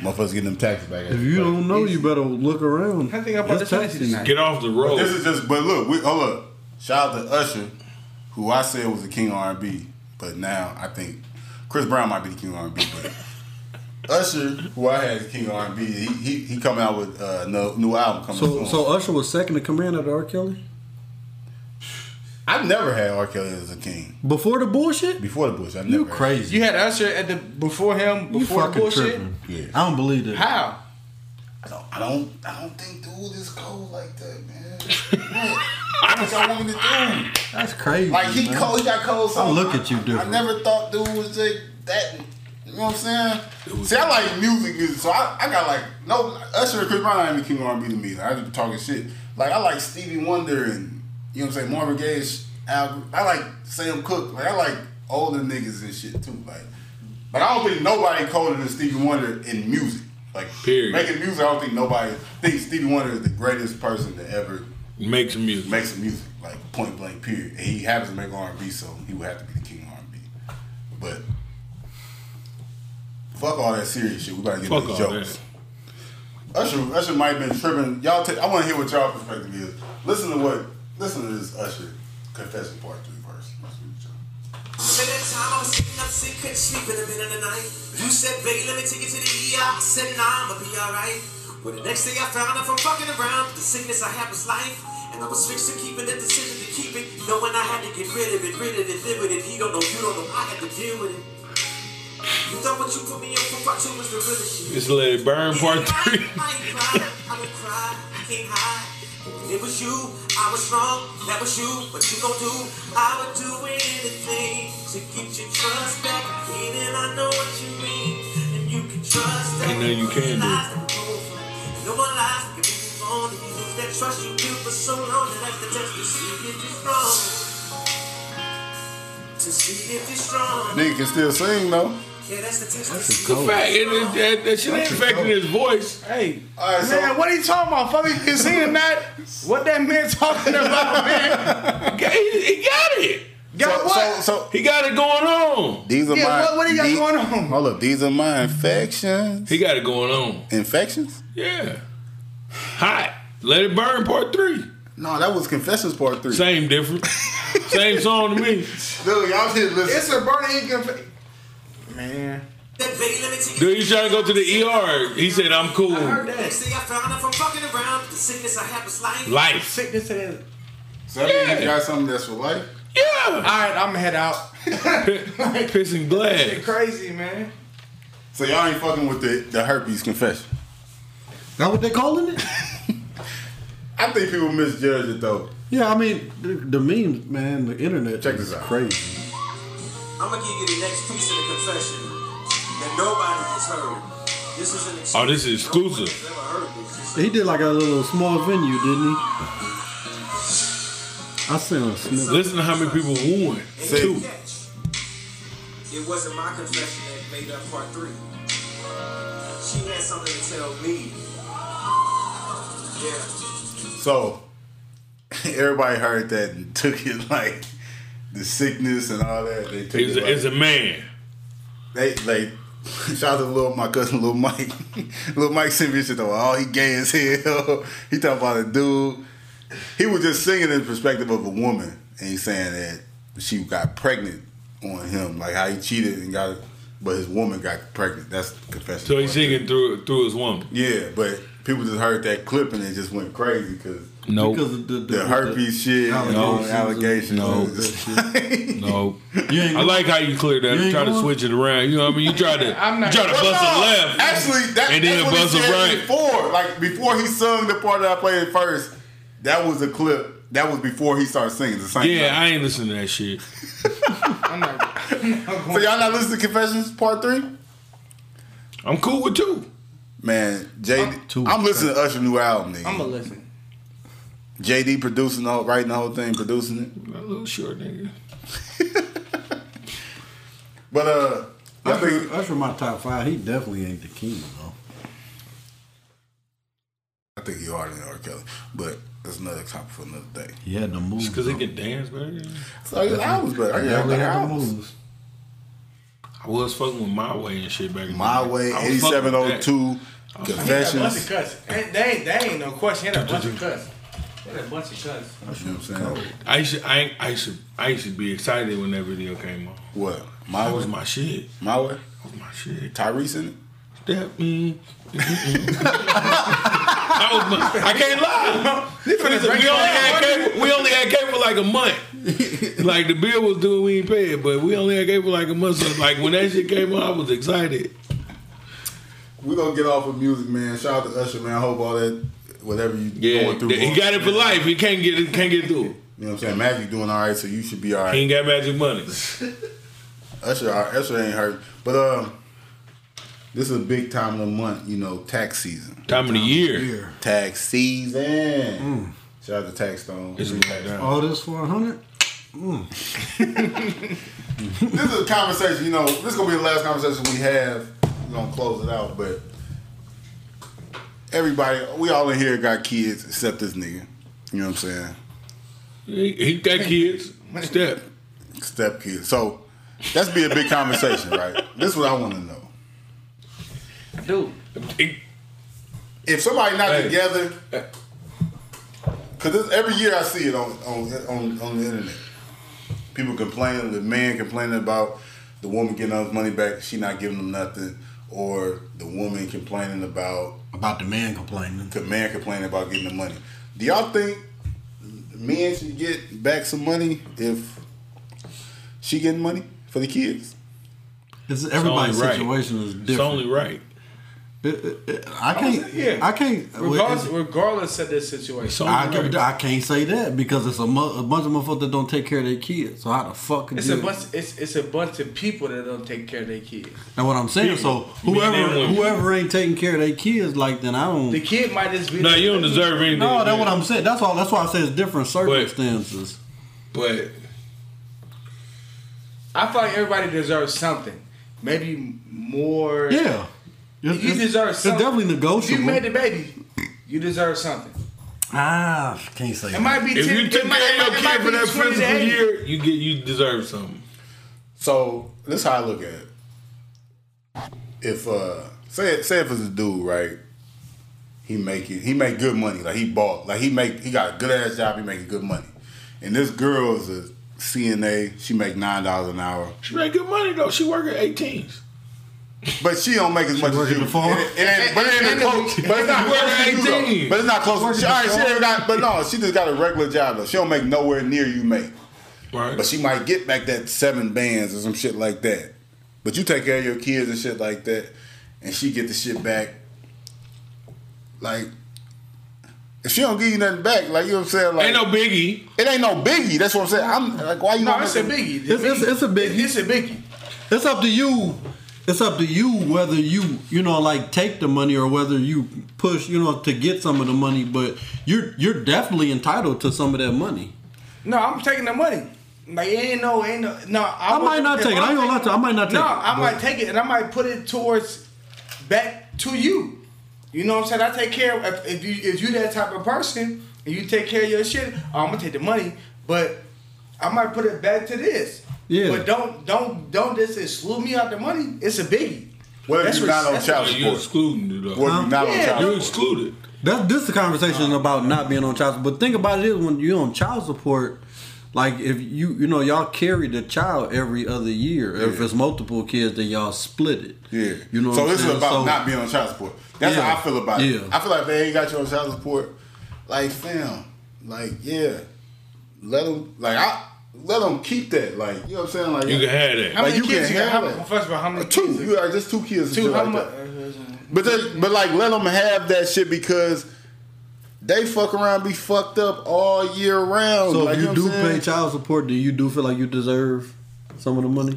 Motherfuckers getting them taxes back. If you don't know, you better look around. I think I'm about It's to tell you taxi. tonight. Get off the road. this is just, but look, we, hold up. Shout out to Usher, who I said was the king of R&B, but now I think Chris Brown might be the king of R&B, but. Usher, who I had as king of R&B, he, he he coming out with uh, no new album coming So, soon. so Usher was second in command of R. Kelly? I've never had R. Kelly as a king Before the bullshit? before the Bush. I never You had- crazy. You had Usher at the before him, You before the fucking bullshit. tripping. Yeah. I don't believe that. How? I don't, I don't, I don't think dude is cold like that, man. What? what y'all want me to do? That's crazy. Like he man. cold, he got cold. So I look at you I, different. never thought dude was like that. You know what I'm saying? See, I like music, music. So I, I got like no Usher and Chris Brown ain't even keeping R&B to me. Like, I just be talking shit. Like I like Stevie Wonder and you know what I'm saying Marvin Gaye. Al, I like Sam Cooke. Like I like older niggas and shit too. Like, but I don't think nobody colder than Stevie Wonder in music. Like Period. making music, I don't think nobody thinks Stevie Wonder is the greatest person to ever Make some music. make some music, like point blank, period. And he happens to make R and B, so he would have to be the king of R and B. But fuck all that serious shit. We gotta get Fuck into these all jokes. Usher, Usher might have been tripping. Y'all, take. I want to hear what y'all perspective is. Listen to what. Listen to this Usher confession part three verse. Let's do the joke. At that time, I was sitting up sick, couldn't sleep in the middle of the night. You said, baby, let me take you to the ER. I said, nah, I'ma be alright. Well, the next day I found out from fucking around, the sickness I had was life. And I was fixing keeping the decision to keep it, knowing I had to get rid of it, rid of it, live with it. He don't know, you don't know, I had to deal with it. You thought what you put me in for part two was the real shit. Just let it burn. Part three. I ain't cry, I don't cry, I can't hide. When It was you, I was wrong, that was you. What you gon' do? I would do anything to get your trust back again, and I know what you mean. And you can trust that. Ain't nothing you can do. No more lies can be on if you lose that trust you built for so long. And that's the test to see if you're strong. To see if you're strong. Nigga can still sing though. Yeah, that's the test to That's see. a The cold. fact it, it, that, that shit ain't affecting his voice. Hey, uh, All right, so- man, what are you talking about? Fuck, is he in that? What that man talking about, man? He, he got it. Got so, So, what? so He got it going on. these are Yeah, my. what- what do you got these- going on? Hold up, these are my infections. He got it going on. Infections? Yeah. Hot. Let it burn. Part three. No, that was confessions part three. Same difference. Same song to me. Dude, y'all should listen. it's a burning conf- man. That baby, let me take Dude, he's trying to go to the ER. He said, "I'm cool." Next thing I found out from fucking around, the sickness I had was life. Life. Sickness is. So that means Yeah. you got something that's for life. Yeah. All right, I'm gonna head out. Pissing Shit glass. crazy, man. So y'all ain't fucking with the, the herpes confession. That what they calling it? I think people misjudge it though. Yeah, I mean the, the memes, man. The internet Check is this out. crazy. I'm gonna give you the next piece of the confession. that nobody has heard. This is an exclusive. Oh, this is exclusive. No one's ever heard this. This is- He did like a little small venue, didn't he? I seen a snippet. Listen to how many people won. And Two. you catch. It wasn't my confession that made up part three. She had something to tell me. Yeah. So everybody heard that and took it like the sickness and all that. They took It's it. a, it's Like, a man. they like shout out to little my cousin little Mike. little Mike sent me shit though. Oh, he gay as hell. he talking about a dude. He was just singing in the perspective of a woman, and he's saying that she got pregnant on him, like how he cheated and got, but his woman got pregnant. That's the confession. So he's singing through through his woman. Yeah, but people just heard that clip and it just went crazy because Because of the, the, the herpes shit and all the allegations. No. It was just like- No. You ain't I like how you cleared that. You You ain't try to going? switch it around. You know what I mean? You try to, you I'm try not- to bust a left. Actually, that, And then that's what buzz he a said right. before. Like before he sung the part that I played first, that was a clip. That was before he started singing the same. Yeah, I ain't listening to that shit. I'm not. I, so y'all not listening to Confessions Part Three? I'm cool with two. Man, JD, Two. I'm, listening to Usher's new album. Nigga. I'm gonna listen. JD producing, the whole, writing the whole thing, producing it. A little short nigga. But uh, I Usher, think Usher my top five. He definitely ain't the king though. I think you harder than R. Kelly, but that's another topic for another day. He had the moves. Because he though. can dance better. So his albums better. I He can have definitely better had the albums. moves. I was fucking with my way and shit back in the My day. way, I was fucking with that. 8702, That bunch of Confessions. cuss. Ain't- They ain't. They ain't no question. That bunch of cuss. That bunch of cuss. You know what I'm saying? I used to, I, ain't- I used to, I used to be excited when that video came on. What? That My was way? my shit. My way? That was my shit. Tyrese in it? That me. that was my, I can't lie. we, only had cable, we only had cable like a month. like the bill was due, we ain't paid, but we only had cable like a month. So like when that shit came on, I was excited. We're gonna get off of music, man. Shout out to Usher, man. I hope all that whatever you Yeah, going through. he got it for life. He can't get it. Can't get through. You know what I'm saying? Magic doing all right, so you should be all He right. ain't got magic money. Usher, all right. Usher ain't hurt, but um, this is a big time of the month. You know, tax season. Time of the year. Here, Tax season. Shout out to Tax Stone. Mm. It's Free Tax Stone. all this for a hundred. this is a conversation, you know, this is gonna be the last conversation we have. We're gonna close it out, but everybody, we all in here got kids except this nigga. You know what I'm saying? He, he got kids. Step. Step kids. So that's be a big conversation, right? This is what I wanna know. Dude, He- If somebody not Hey. together, cause this, every year I see it on, on on on the internet. People complaining, the man complaining about the woman getting all his money back, she not giving him nothing, or the woman complaining about About the man complaining. could man complain about getting the money. Do y'all think men should get back some money if she getting money for the kids? It's everybody's only right. situation is It's different. only right. It- it- it- I can't. yeah. I can't. well, regardless, it's- regardless of this situation, It's only I, right. can, I can't say that because it's a, mu- a bunch of motherfuckers that don't take care of their kids. So how the fuck? could it's you- a bunch. It's it's a bunch of people that don't take care of their kids. And what I'm saying, so You mean whoever them women. whoever ain't taking care of their kids, like then I don't. The kid might just be. Mm. No, you don't deserve anything. No, that's man. what I'm saying. That's all. That's why I say it's different circumstances. But I feel like everybody deserves something. Maybe more. yeah, You It's- it's- deserve It's something. definitely If you negotiable. made the baby, you deserve something. ah, I can't say. It that. might be. if 10, you took it might- care it of your might kid for be that 20 to physical 80. year, you get you deserve something. So this how I look at it. If uh say say if it's a dude, right? He make it, he make good money. Like he bought, like he make he got a good ass job, he making good money. And this girl is a CNA, she make nine dollars an hour. She made good money though. She work at 18s. But she don't make as much as working you. the farm? It, it ain't, but it ain't close. But it's not She working close to you, though. 18. But it's not close. She, all right, she ain't got. But no, she just got a regular job though. She don't make nowhere near you make. Right. But she might get back that seven bands or some shit like that. But you take care of your kids and shit like that, and she get the shit back. Like, if she don't give you nothing back, like you know what I'm saying, like ain't no biggie. it ain't no biggie. That's what I'm saying. I'm like, why you? No, not it's a making- biggie. It's- it's- it's a biggie. It's a biggie. It's up to you it's up to you whether you you know like take the money or whether you push you know to get some of the money. But you're you're definitely entitled to some of that money. No, I'm taking the money. Like it ain't no, ain't no. No, I, I might wasn't- not if take it. I'm I ain't gonna lie taking- to you. I might not take no, it, I but- might take it and I might put it towards back to you. You know what I'm saying? I take care of if, if you if you that type of person and you take care of your shit. I'm gonna take the money, but I might put it back to this. Yeah. But don't don't don't just exclude me out the money. It's a biggie. What if That's you're not on what- child Like, you support? excluding it though. What if you're not on Yeah, You child support? excluded. That this is a conversation about not being on child support. But think about it is when you're on child support, like if you you know y'all carry the child every other year. If it's multiple kids, then y'all split it. Yeah. you know. So what I'm this is saying? about So- not being on child support. That's Yeah. how I feel about it. Yeah. I feel like if they ain't got you on child support, like fam, like yeah, let them like I let them keep that. Like you know what I'm saying? Like You can have that. How Like, many you kids can you got? How, have many- it. first of all, how many two. kids? You are just two kids. and Two. shit How like much? that. But they, but like let them have that shit because they fuck around be fucked up all year round. So like, if you know do what I'm saying? pay child support, do you do feel like you deserve some of the money?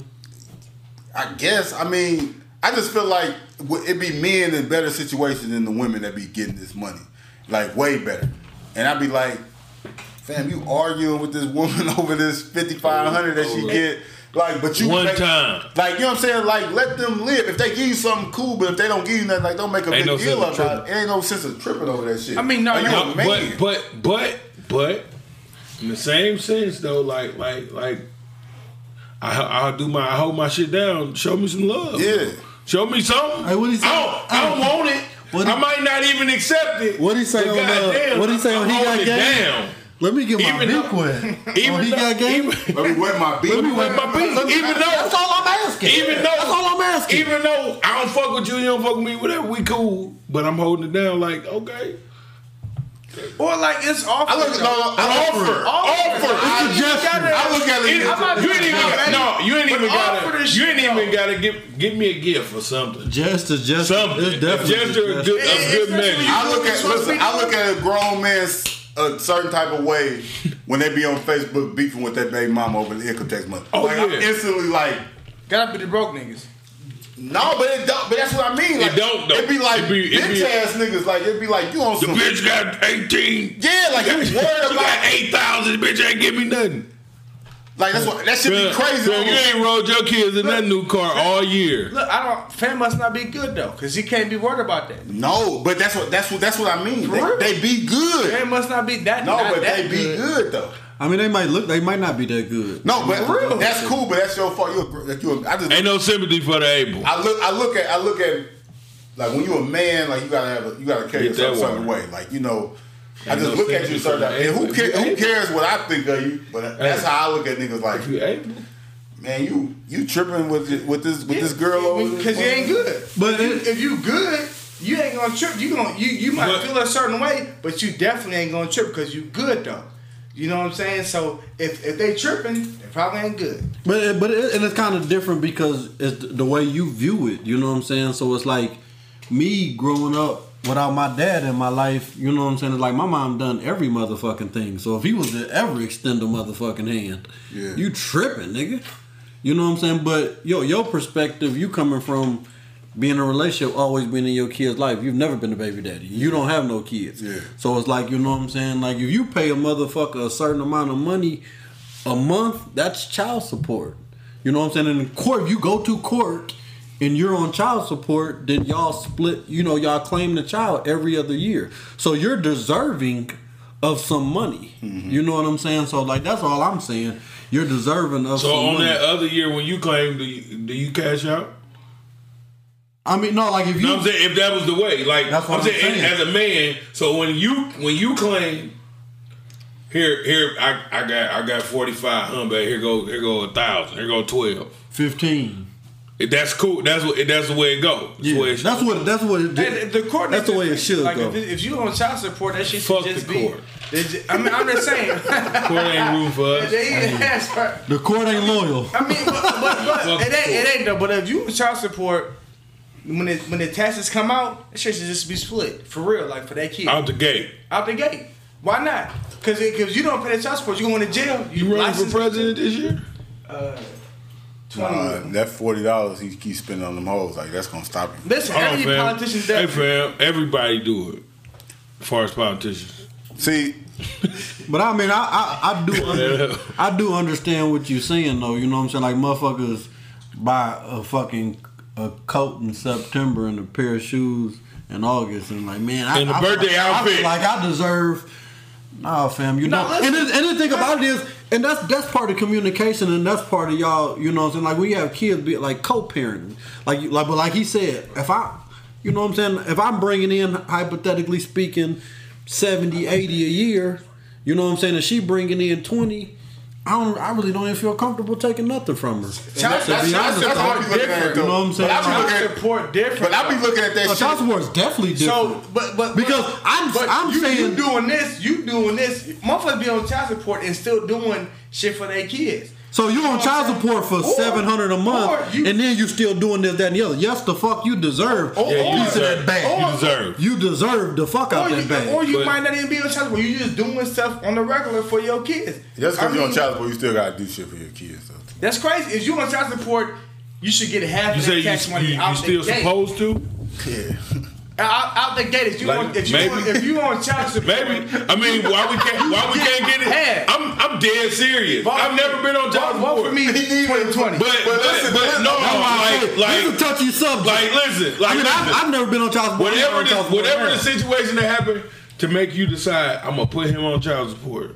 I guess. I mean, I just feel like w- it be men in better situation than the women that be getting this money, like way better. And I'd be like, fam, you arguing with this woman over this fifty five hundred that she get. Like, but you One make- time. like you know what I'm saying. Like, let them live. If they give you something cool, but if they don't give you nothing, like, don't make a big Ain't no sense deal of about it. Ain't no sense of tripping over that shit. I mean, no, Like, you no, a No, man. but but but but in the same sense though, like like like I I'll do my I hold my shit down. Show me some love. Yeah. Show me something. Hey, what he say? I don't, I don't want it. What he- I might not even accept it. What he say But on, uh, goddamn, what he say on I'm he got holding it game? down. Let me get my Even big though- one. Even oh, he though- got game. even- let me wet my beat. Let me wet my beat. Even though- that's all I'm asking. Even though, that's all I'm asking. Even though I don't fuck with you, you don't fuck with me, whatever, we cool. But I'm holding it down. Like, okay, Or like it's offered. I look at no, though. an offer. Offer. I, It's a gesture. I look at it. It- you ain't even no, you ain't even But offer gotta, this you shit, ain't even though. gotta give give me a gift or something. just as just Something. it's definitely Just a gesture. good, a good It's actually- measure. I look at listen. I look at a grown man s- a certain type of way when they be on Facebook beefing with that baby mama over the income tax money. Oh, like, I'm yeah. instantly like, Gotta be the broke niggas. no, but it don't. But that's what I mean. Like, don't, though. It be like It be- it bitch be- ass niggas. Like it be like you on The some. bitch got 18. Yeah, like you She worried got about. 8,000. The bitch ain't give me nothing. Like that's what that should be Bruh, crazy. bruh, you ain't rode your kids in that new car all year. Look, I don't. Fam must not be good though, cause he can't be worried about that. no, but that's what that's what that's what I mean. real? They, they be good. Fam must not be that. No, not but that they be good. good though. I mean, they might look. They might not be that good. No, but For real. that's cool. But that's your fault. You, a gr- that you. a- I just Ain't no sympathy for the able. I look, I look at, I look at, like when you a man, like you gotta have, a, you gotta carry Get that yourself a certain water. way. Like you know, I Ain't just no look at sympathy you a for certain. that. way. And who If cares? you Who able. cares what I think of you? But that's Hey. how I look at niggas. If you Like, able. man, you you tripping with your- with this with this girl over because you ain't good. But if, it- if you good, you ain't gonna trip. You gonna you you might But- feel a certain way, but you definitely ain't gonna trip because you good though. You know what I'm saying? So if if they tripping, they probably ain't good. But it, but it, and it's kind of different because it's th- the way you view it. You know what I'm saying. So it's like me growing up without my dad in my life. You know what I'm saying. It's like my mom done every motherfucking thing. So if he was to ever extend a motherfucking hand, Yeah. you tripping, nigga. You know what I'm saying. But yo, your perspective, you coming from. Being in a relationship, always being in your kid's life. You've never been a baby daddy. You don't have no kids. Yeah. So it's like, you know what I'm saying? Like, if you pay a motherfucker a certain amount of money, a month, that's child support. You know what I'm saying? And in court, if you go to court and you're on child support, then y'all split, you know, y'all claim the child every other year. So you're deserving of some money. Mm-hmm. You know what I'm saying? So, like, that's all I'm saying. You're deserving of So some on money. that other year when you claim, do you, do you cash out? I mean, no, like, if you. No, I'm saying if that was the way, like That's what I'm, I'm saying, saying. as a man. So when you when you claim here here I, I got I got forty five hundred. Here go here go a thousand. Here go twelve. 15. If that's cool. That's what that's the way it go. That's the way Yeah, it that's what that's what it And the court. That's the way it should like, go. If, it- if you on child support, that shit Fuck should just the be. court. They ju- I mean, I'm just saying. court ain't room for us. they, that's right. the court ain't loyal. I mean, but, but, Fuck but it ain't support. it ain't though. But if you on child support, when it, when the taxes come out, that shit should just be split for real, like for that kid out, Out the gate. the gate. Why not? Because because you don't pay the child support, you going to jail. You running for license- president this year? Uh, Twenty. Uh, of them. that forty dollars he keeps spending on them hoes, like that's gonna stop him. Listen, Hold on, every Oh, fam. politician's Hey, that. fam, everybody do it. As far as politicians, See, But I mean, I I, I do under, I do understand what you're saying though. You know what I'm saying? Like motherfuckers buy a fucking a coat in September and a pair of shoes in August, and like man, I, And a I- birthday I, feel outfit. like I deserve. Nah, fam, you Nah, know. listen. And, the- and the thing about it is, and that's that's part of communication, and that's part of y'all. You know what I'm saying? Like we have kids be like co-parenting, like you- like but like he said, if I, you know what I'm saying, if I'm bringing in hypothetically speaking, 70, 80 a year, you know what I'm saying, and she bringing in twenty. I don't. I really don't even feel comfortable taking nothing from her. that's, to that's, be that's, honest, that's how I though, be looking at it. different, Though. you know what I'm saying? But I be Child looking at, support different. but I be looking Oh, at that No, shit. child support is definitely different. So, but but Because but- I'm- but I'm you, saying- you doing this, you doing this. Motherfuckers be on child support and still doing shit for their kids. So you on child support for Or- seven hundred a or month, you- and then you still doing this, that, and the other. Yes, the fuck you deserve. Or- yeah, you or- deserve. bag. You deserve. You deserve the fuck out Or that you, bag. or you But- might not even be on child support. You just doing stuff on the regular for your kids. Just I because you're on mean, child support, you still gotta do shit for your kids. Though. That's crazy. If you on child support, you should get half You of say that you, cash money you, you out still the gate. supposed to? Yeah. out, out the gate. If you Like, on, if you maybe. on, if you on child support, Maybe. I mean, why we can't? Why we can't get Half. it? I'm I'm dead serious. Vote I've for never me. been on vote, child vote for support. me. Twenty twenty. But but, listen, but listen, no, that's like like this is a touchy subject. like listen, like I mean, listen. I've, I've never been on child support. I'm whatever on the, child support whatever now. the situation that happened to make you decide I'm gonna put him on child support. You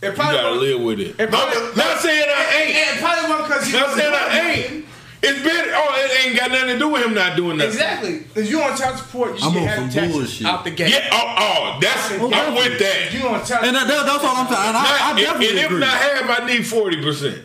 It probably gotta won't- live with it. It probably- I'm not saying I It, ain't. it probably won't because Not saying I ain't. It's been oh it ain't got nothing to do with him not doing nothing. Exactly. If you on child support, you I'm should on have some taxes bullshit. out the gate. Yeah. Oh, oh that's I'm with that. If you on child And that, that- that's all I'm saying. And I, I Not- and definitely if agree. not half, I need forty percent.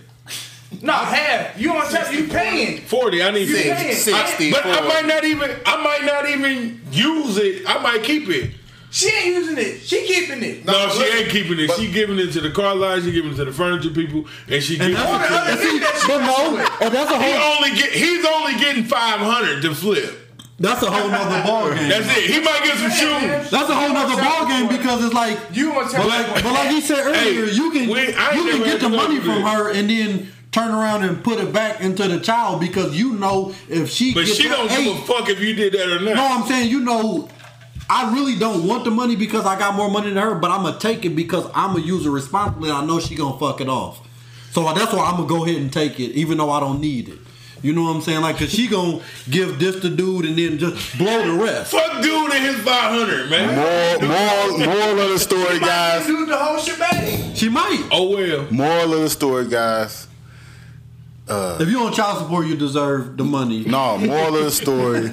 no half. You on child you paying. Forty, I need You forty. paying. I- but I might not even I might not even use it. I might keep it. She ain't using it. She keeping it. No, No, she listen, ain't keeping it. but- she giving it to the car lines. She giving it to the furniture people, and she giving it that's All the to. other And see, niggas that but no, she and that's a He whole only get. He's only getting five hundred to flip. that's a whole nother ball game. That's it. He might get some shoes. That's a whole nother ball game because it's like You on But child like, support. but like he said earlier, Hey, you can we- I you ain't never can had get the to money go through from this. her and then turn around and put it back into the child because you know if she But gets she her don't give a eight, fuck if you did that or not. no, I'm saying you know. I really don't want the money because I got more money than her, but I'm gonna take it because I'm gonna use it responsibly. And I know she gonna fuck it off, so that's why I'm gonna go ahead and take it, even though I don't need it. You know what I'm saying? Like, cause she gonna give this to dude and then just blow the rest. Fuck dude and his five hundred, man. Moral, moral, moral of the story, guys. Do the whole shebang. She might. Oh well. Moral of the story, guys. If you on child support, you deserve the money. No, moral of the story.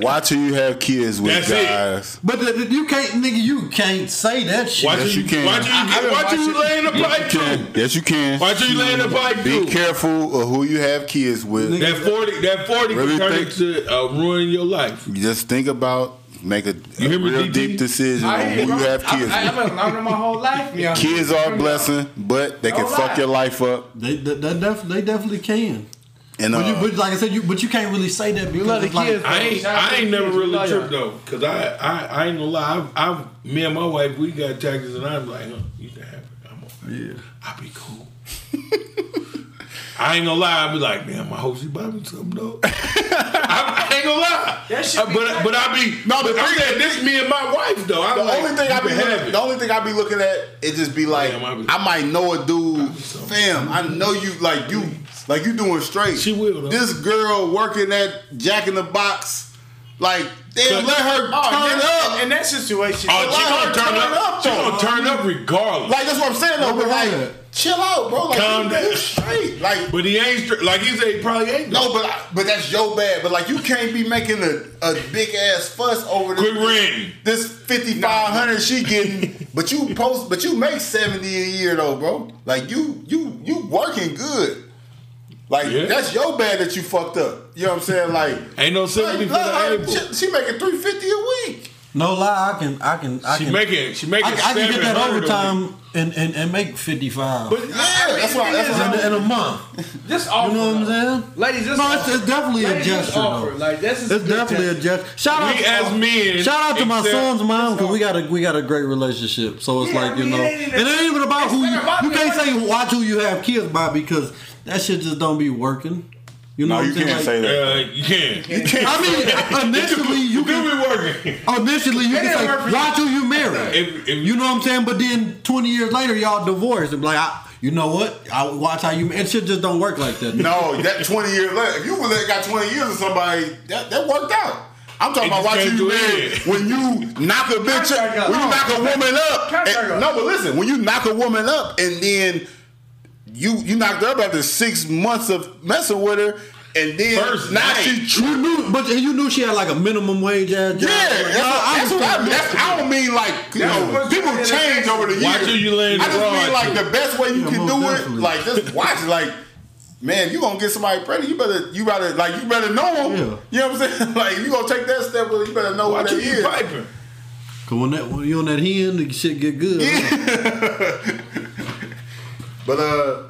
Watch who you have kids with, That's it. guys. But the, the- you can't, nigga, you can't say that shit. Why Yes, you, you can. Why you, I- get- I've been why you watching- laying the pipe Yes, you can. too? Yes, you can. Why you laying the pipe Be too? careful of who you have kids with. That forty, that forty Really can turn think- into uh, ruin your life. Just think about, make a, You a hear me, real DT? deep decision I on who ain't- you have kids I, I, with. I've been learning my whole life. man. Kids are a blessing, but they can Don't fuck lie. your life up. They, they, they, def, they definitely can. And But, you, uh, but like I said, you but you can't really say that because love the it's like, kids. I ain't, Shout out I to ain't the never kids, really love tripped though, cause I, I, I ain't gonna lie. I've, I've, me and my wife, we got taxes, and I'm like, huh, you can have it. I'm okay. Yeah. I be cool. I ain't gonna lie. I be like, man, my hope she buy me something though. I, I ain't gonna lie. That shit Uh, be but, nice. but I be no. But I'm saying this, me and my wife though. I'm The like, only thing I you be can have looking, it. the only thing I be looking at it just be like Damn, I be- I might know a dude, so- fam. I know you like you like you doing straight. She will, though. This girl working at Jack in the Box, like Cut. damn, let her Oh, turn that- up. In that situation, Oh, she gonna her turn turn up. up, She though. gonna turn up regardless. Like that's what I'm saying though. Nothing But wrong like, with it. chill out, bro. Like Calm you down. doing straight. Like But he ain't stri- like he said. He probably ain't. no, but I, but that's your bad. But like you can't be making a, a big ass fuss over this. Quit ranting. This fifty five hundred she getting, but you post, but you make seventy a year though, bro. Like you, you, you working good. Like Yeah. that's your bad that you fucked up. You know what I'm saying? Like, Ain't no like, sympathy for look, the her- able. she, she making three fifty a week. No lie, I can, I can, I She can. making, she making. I, I can get seven that hundred a week. overtime and, and, and make fifty five But Yeah, that's why- that's why- in, in a month. Just You offer. know what I'm though. saying? Ladies, just No, it's, offer. it's definitely a Ladies, just gesture offer. though. Like this is It's good definitely a gesture. gesture. Shout out, We to, as men, shout out to my accept- son's mom because we got a we got a great relationship. So it's Yeah, like I you mean, know, it ain't it ain't even about who it's you, not about you the can't say money. watch who you have kids by because that shit just don't be working. You know, No, what you I'm saying? can't Like, say that. Uh, you can. You I mean, initially you do can be working. initially you It can didn't say work for you. watch who you marry. If, if You know what I'm saying? But then 20 years later, y'all divorced and be like, I, you know what? I watch how you. It shit just don't work like that. No, that 20 years later. If you would have got 20 years with somebody, that, that worked out. I'm talking It about just watching came you to an married end. when you knock a bitch Contract up, up. when you knock a woman up. Contract and- up. no, but listen, when you knock a woman up and then you you knocked her up after six months of messing with her, and then First now night. she You true. knew, but you knew she had like a minimum wage ass job. Yeah, Like, that's, that's what I mean. That's, I don't mean like you That's know what- people that's- change over the years. Watch who you laying I just abroad mean like to. the best way you Yeah, can most do definitely. it. Like just watch it. Like man, you gonna get somebody pregnant. You better you better like you better know them. Yeah. You know what I'm saying? Like you gonna take that step, well, you better know what watch that you be is. piping. Cause when, that, when you on that hen, the shit get good. huh? But uh.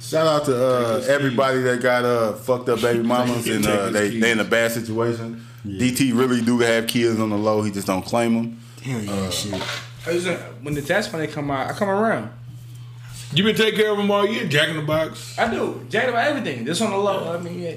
Shout out to uh, everybody that got uh, fucked up baby mamas and Take uh, his they, keys. they in a bad situation. DT really do have kids on the low. He just don't claim them. Hell yeah, shit. I was, uh, When the tax money come out, I come around. You been taking care of them all year. Jack in the box. I do. Jack about everything. This on the low. I mean, yeah.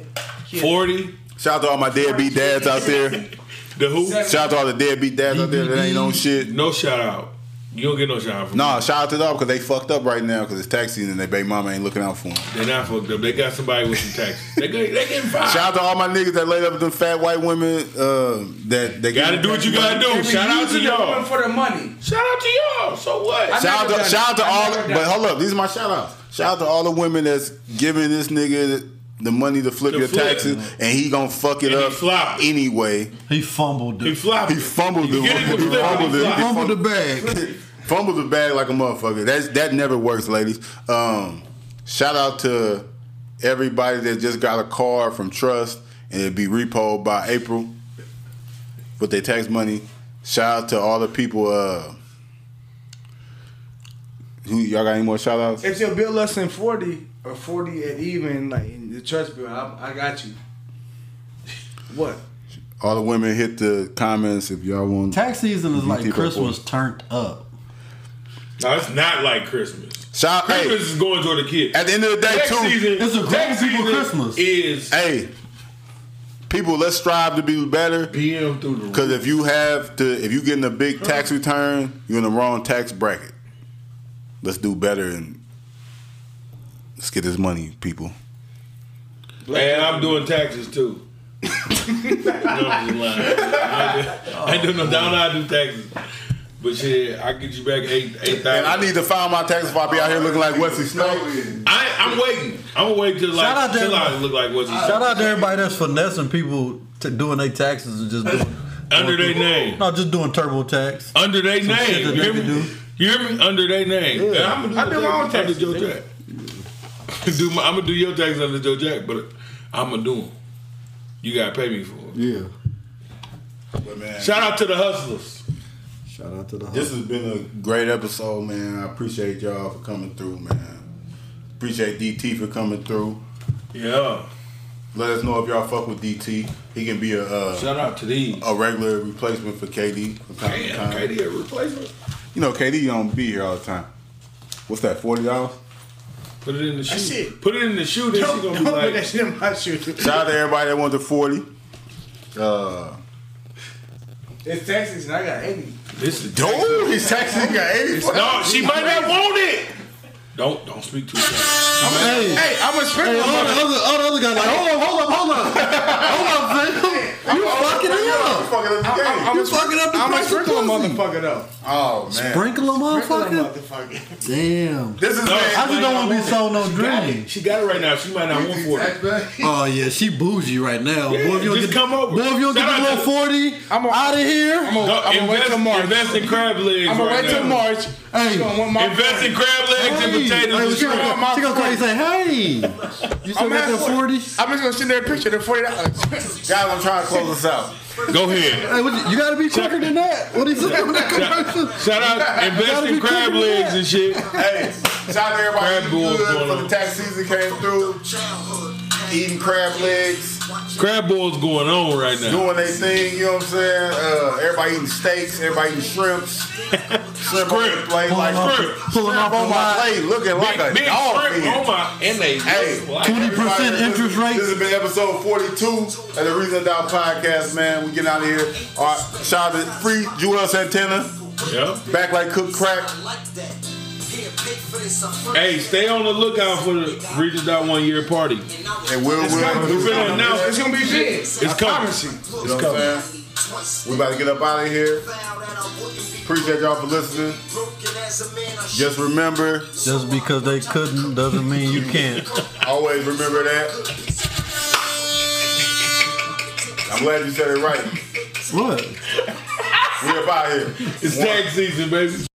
yeah. Forty. Shout out to all my deadbeat dads out there. The who? Shout out to all the deadbeat dads out there that ain't on shit. No shout out. You don't get no shout out from Nah, shout out to them because they fucked up right now because it's tax season and they baby mama ain't looking out for them. me. They not fucked up. They got somebody with some taxes. they get, they getting fired. Shout out to all my niggas that laid up with them fat white women. Uh, that they Gotta do what you gotta do. Shout out to Using the woman y'all. for the money. Shout out to y'all. So what? Shout out never to, done shout out to it. I all. never done But it. hold up, these are my shout outs. Shout out to all the women that's giving this nigga the money to flip To your flip. taxes and he gonna fuck it And he up flopped. anyway. He fumbled. He it. flopped. He fumbled You the get it, you he flip it, fumbled you it. flop. He fumbled the fumbled- bag. Fumbled the bag like a motherfucker. That's that never works, ladies. Um, shout out to everybody that just got a car from Trust and it'd be repoed by April with their tax money. Shout out to all the people. Uh, who y'all got any more shout outs? If your bill less than forty or forty at even, like in the trust bill, I, I got you. What? All the women hit the comments if y'all want. Tax season is like DT before. Christmas turned up. No, it's not like Christmas. Shout out, Christmas hey, is going toward the kids. at the end of the day, Tax too. season, It's a tax grown people season Christmas. Is Hey, people, let's strive to be better. PM through the Because if you have to, if you getting a big tax return, you're in the wrong tax bracket. Let's do better and let's get this money, people. And I'm doing taxes too. no, I'm just lying. I do- I do no down. I do taxes, but shit, I get you back eight eight And I thousand. need to find my taxes if I be out here looking like Wesley Snipes. I, I'm waiting. I'm gonna wait till Shout out like to till I everybody. look like what's he Shout out to everybody that's finessing people to doing their taxes and just doing under their name. no, just doing TurboTax. Under their shit that name. You hear they me? do. You hear me? Under their name. And I'm gonna I do my own taxes taxes, under Joe Jack. do my, I'm gonna do your taxes under Joe Jack, but I'm gonna do them. You gotta pay me for it. Yeah. Shout out to the hustlers. Shout out to the. This has been a great episode, man. I appreciate y'all for coming through, man. Appreciate DT for coming through. Yeah. Let us know if y'all fuck with DT. He can be a uh, Shout out to these. a regular replacement for KD from time to Damn, time. KD a replacement. You know, KD don't be here all the time. What's that? Forty dollars. Put it in the shoe. it. Put it in the shoe. Then she Don't, gonna don't be put that like, shit in my shoe. Shout out to everybody that went to 40. Uh, It's taxes and I got eighty. "This is dude, he's texting got 84. No, she might not want it. Don't don't speak too fast. hey, Hey, I'm gonna spend Hey, my all the money. other, all the other guys like, hold up, hold up, hold up, hold up, fam. You fucking I'm it up. fucking up the game. I'm You fucking up the I'm a price of sprinkler pussy. motherfucker though. oh, man. Sprinkle them, motherfucker. Sprinkler motherfucker. Damn. This is No, I man. just don't want to be sold no dream. She got it right now. She might not want for it. Oh yeah, she bougie right now. Yeah, boy, if you don't just get, come over. Boy, if you don't Shout get out the little to- forty, I'm I'm a- out of here. I'm gonna, I'm gonna wait invest, till March. invest in crab legs. I'm gonna right wait till now. March. Hey. She gonna want my Invest in money. crab legs and Hey, potatoes. hey, and she, shrimp. gonna, my she gonna call you and say, "Hey, you still I'm got at that 40? I'm just gonna send her a picture of the forty dollars. Guys, I'm trying to close this out. Go ahead. Hey, what you, you gotta be quicker than that. What he said with that commercial. Shout out, invest in crab legs and shit. Hey, shout out to everybody Crab who balls good going for the on. tax season came through. Eating crab legs, Crab balls going on right now. doing their thing, you know what I'm saying? Uh, everybody eating steaks, everybody eating shrimps. Shrimp on the plate, Shrimp. like Pulling off- shrimp pulling off on the my line. plate, looking like a Big, big dog. shrimp head. on my, and they Hey, look like- 20% Everybody, interest rate. This has been episode 42 of the Reason to Die podcast, man. We get out of here. All right, shout out to Free Joel Santana, Yep. Back Like Cook Crack. Hey, stay on the lookout for the Regis Dot One Year Party. And Will Will. We're finna You know announce It's gonna be big. it's coming. what I'm saying? We about to get up out of here. Appreciate y'all for listening. Just remember, Just because they couldn't doesn't mean you can't. always remember that. I'm glad you said it right. What? We up out of here. It's One. tag season, baby.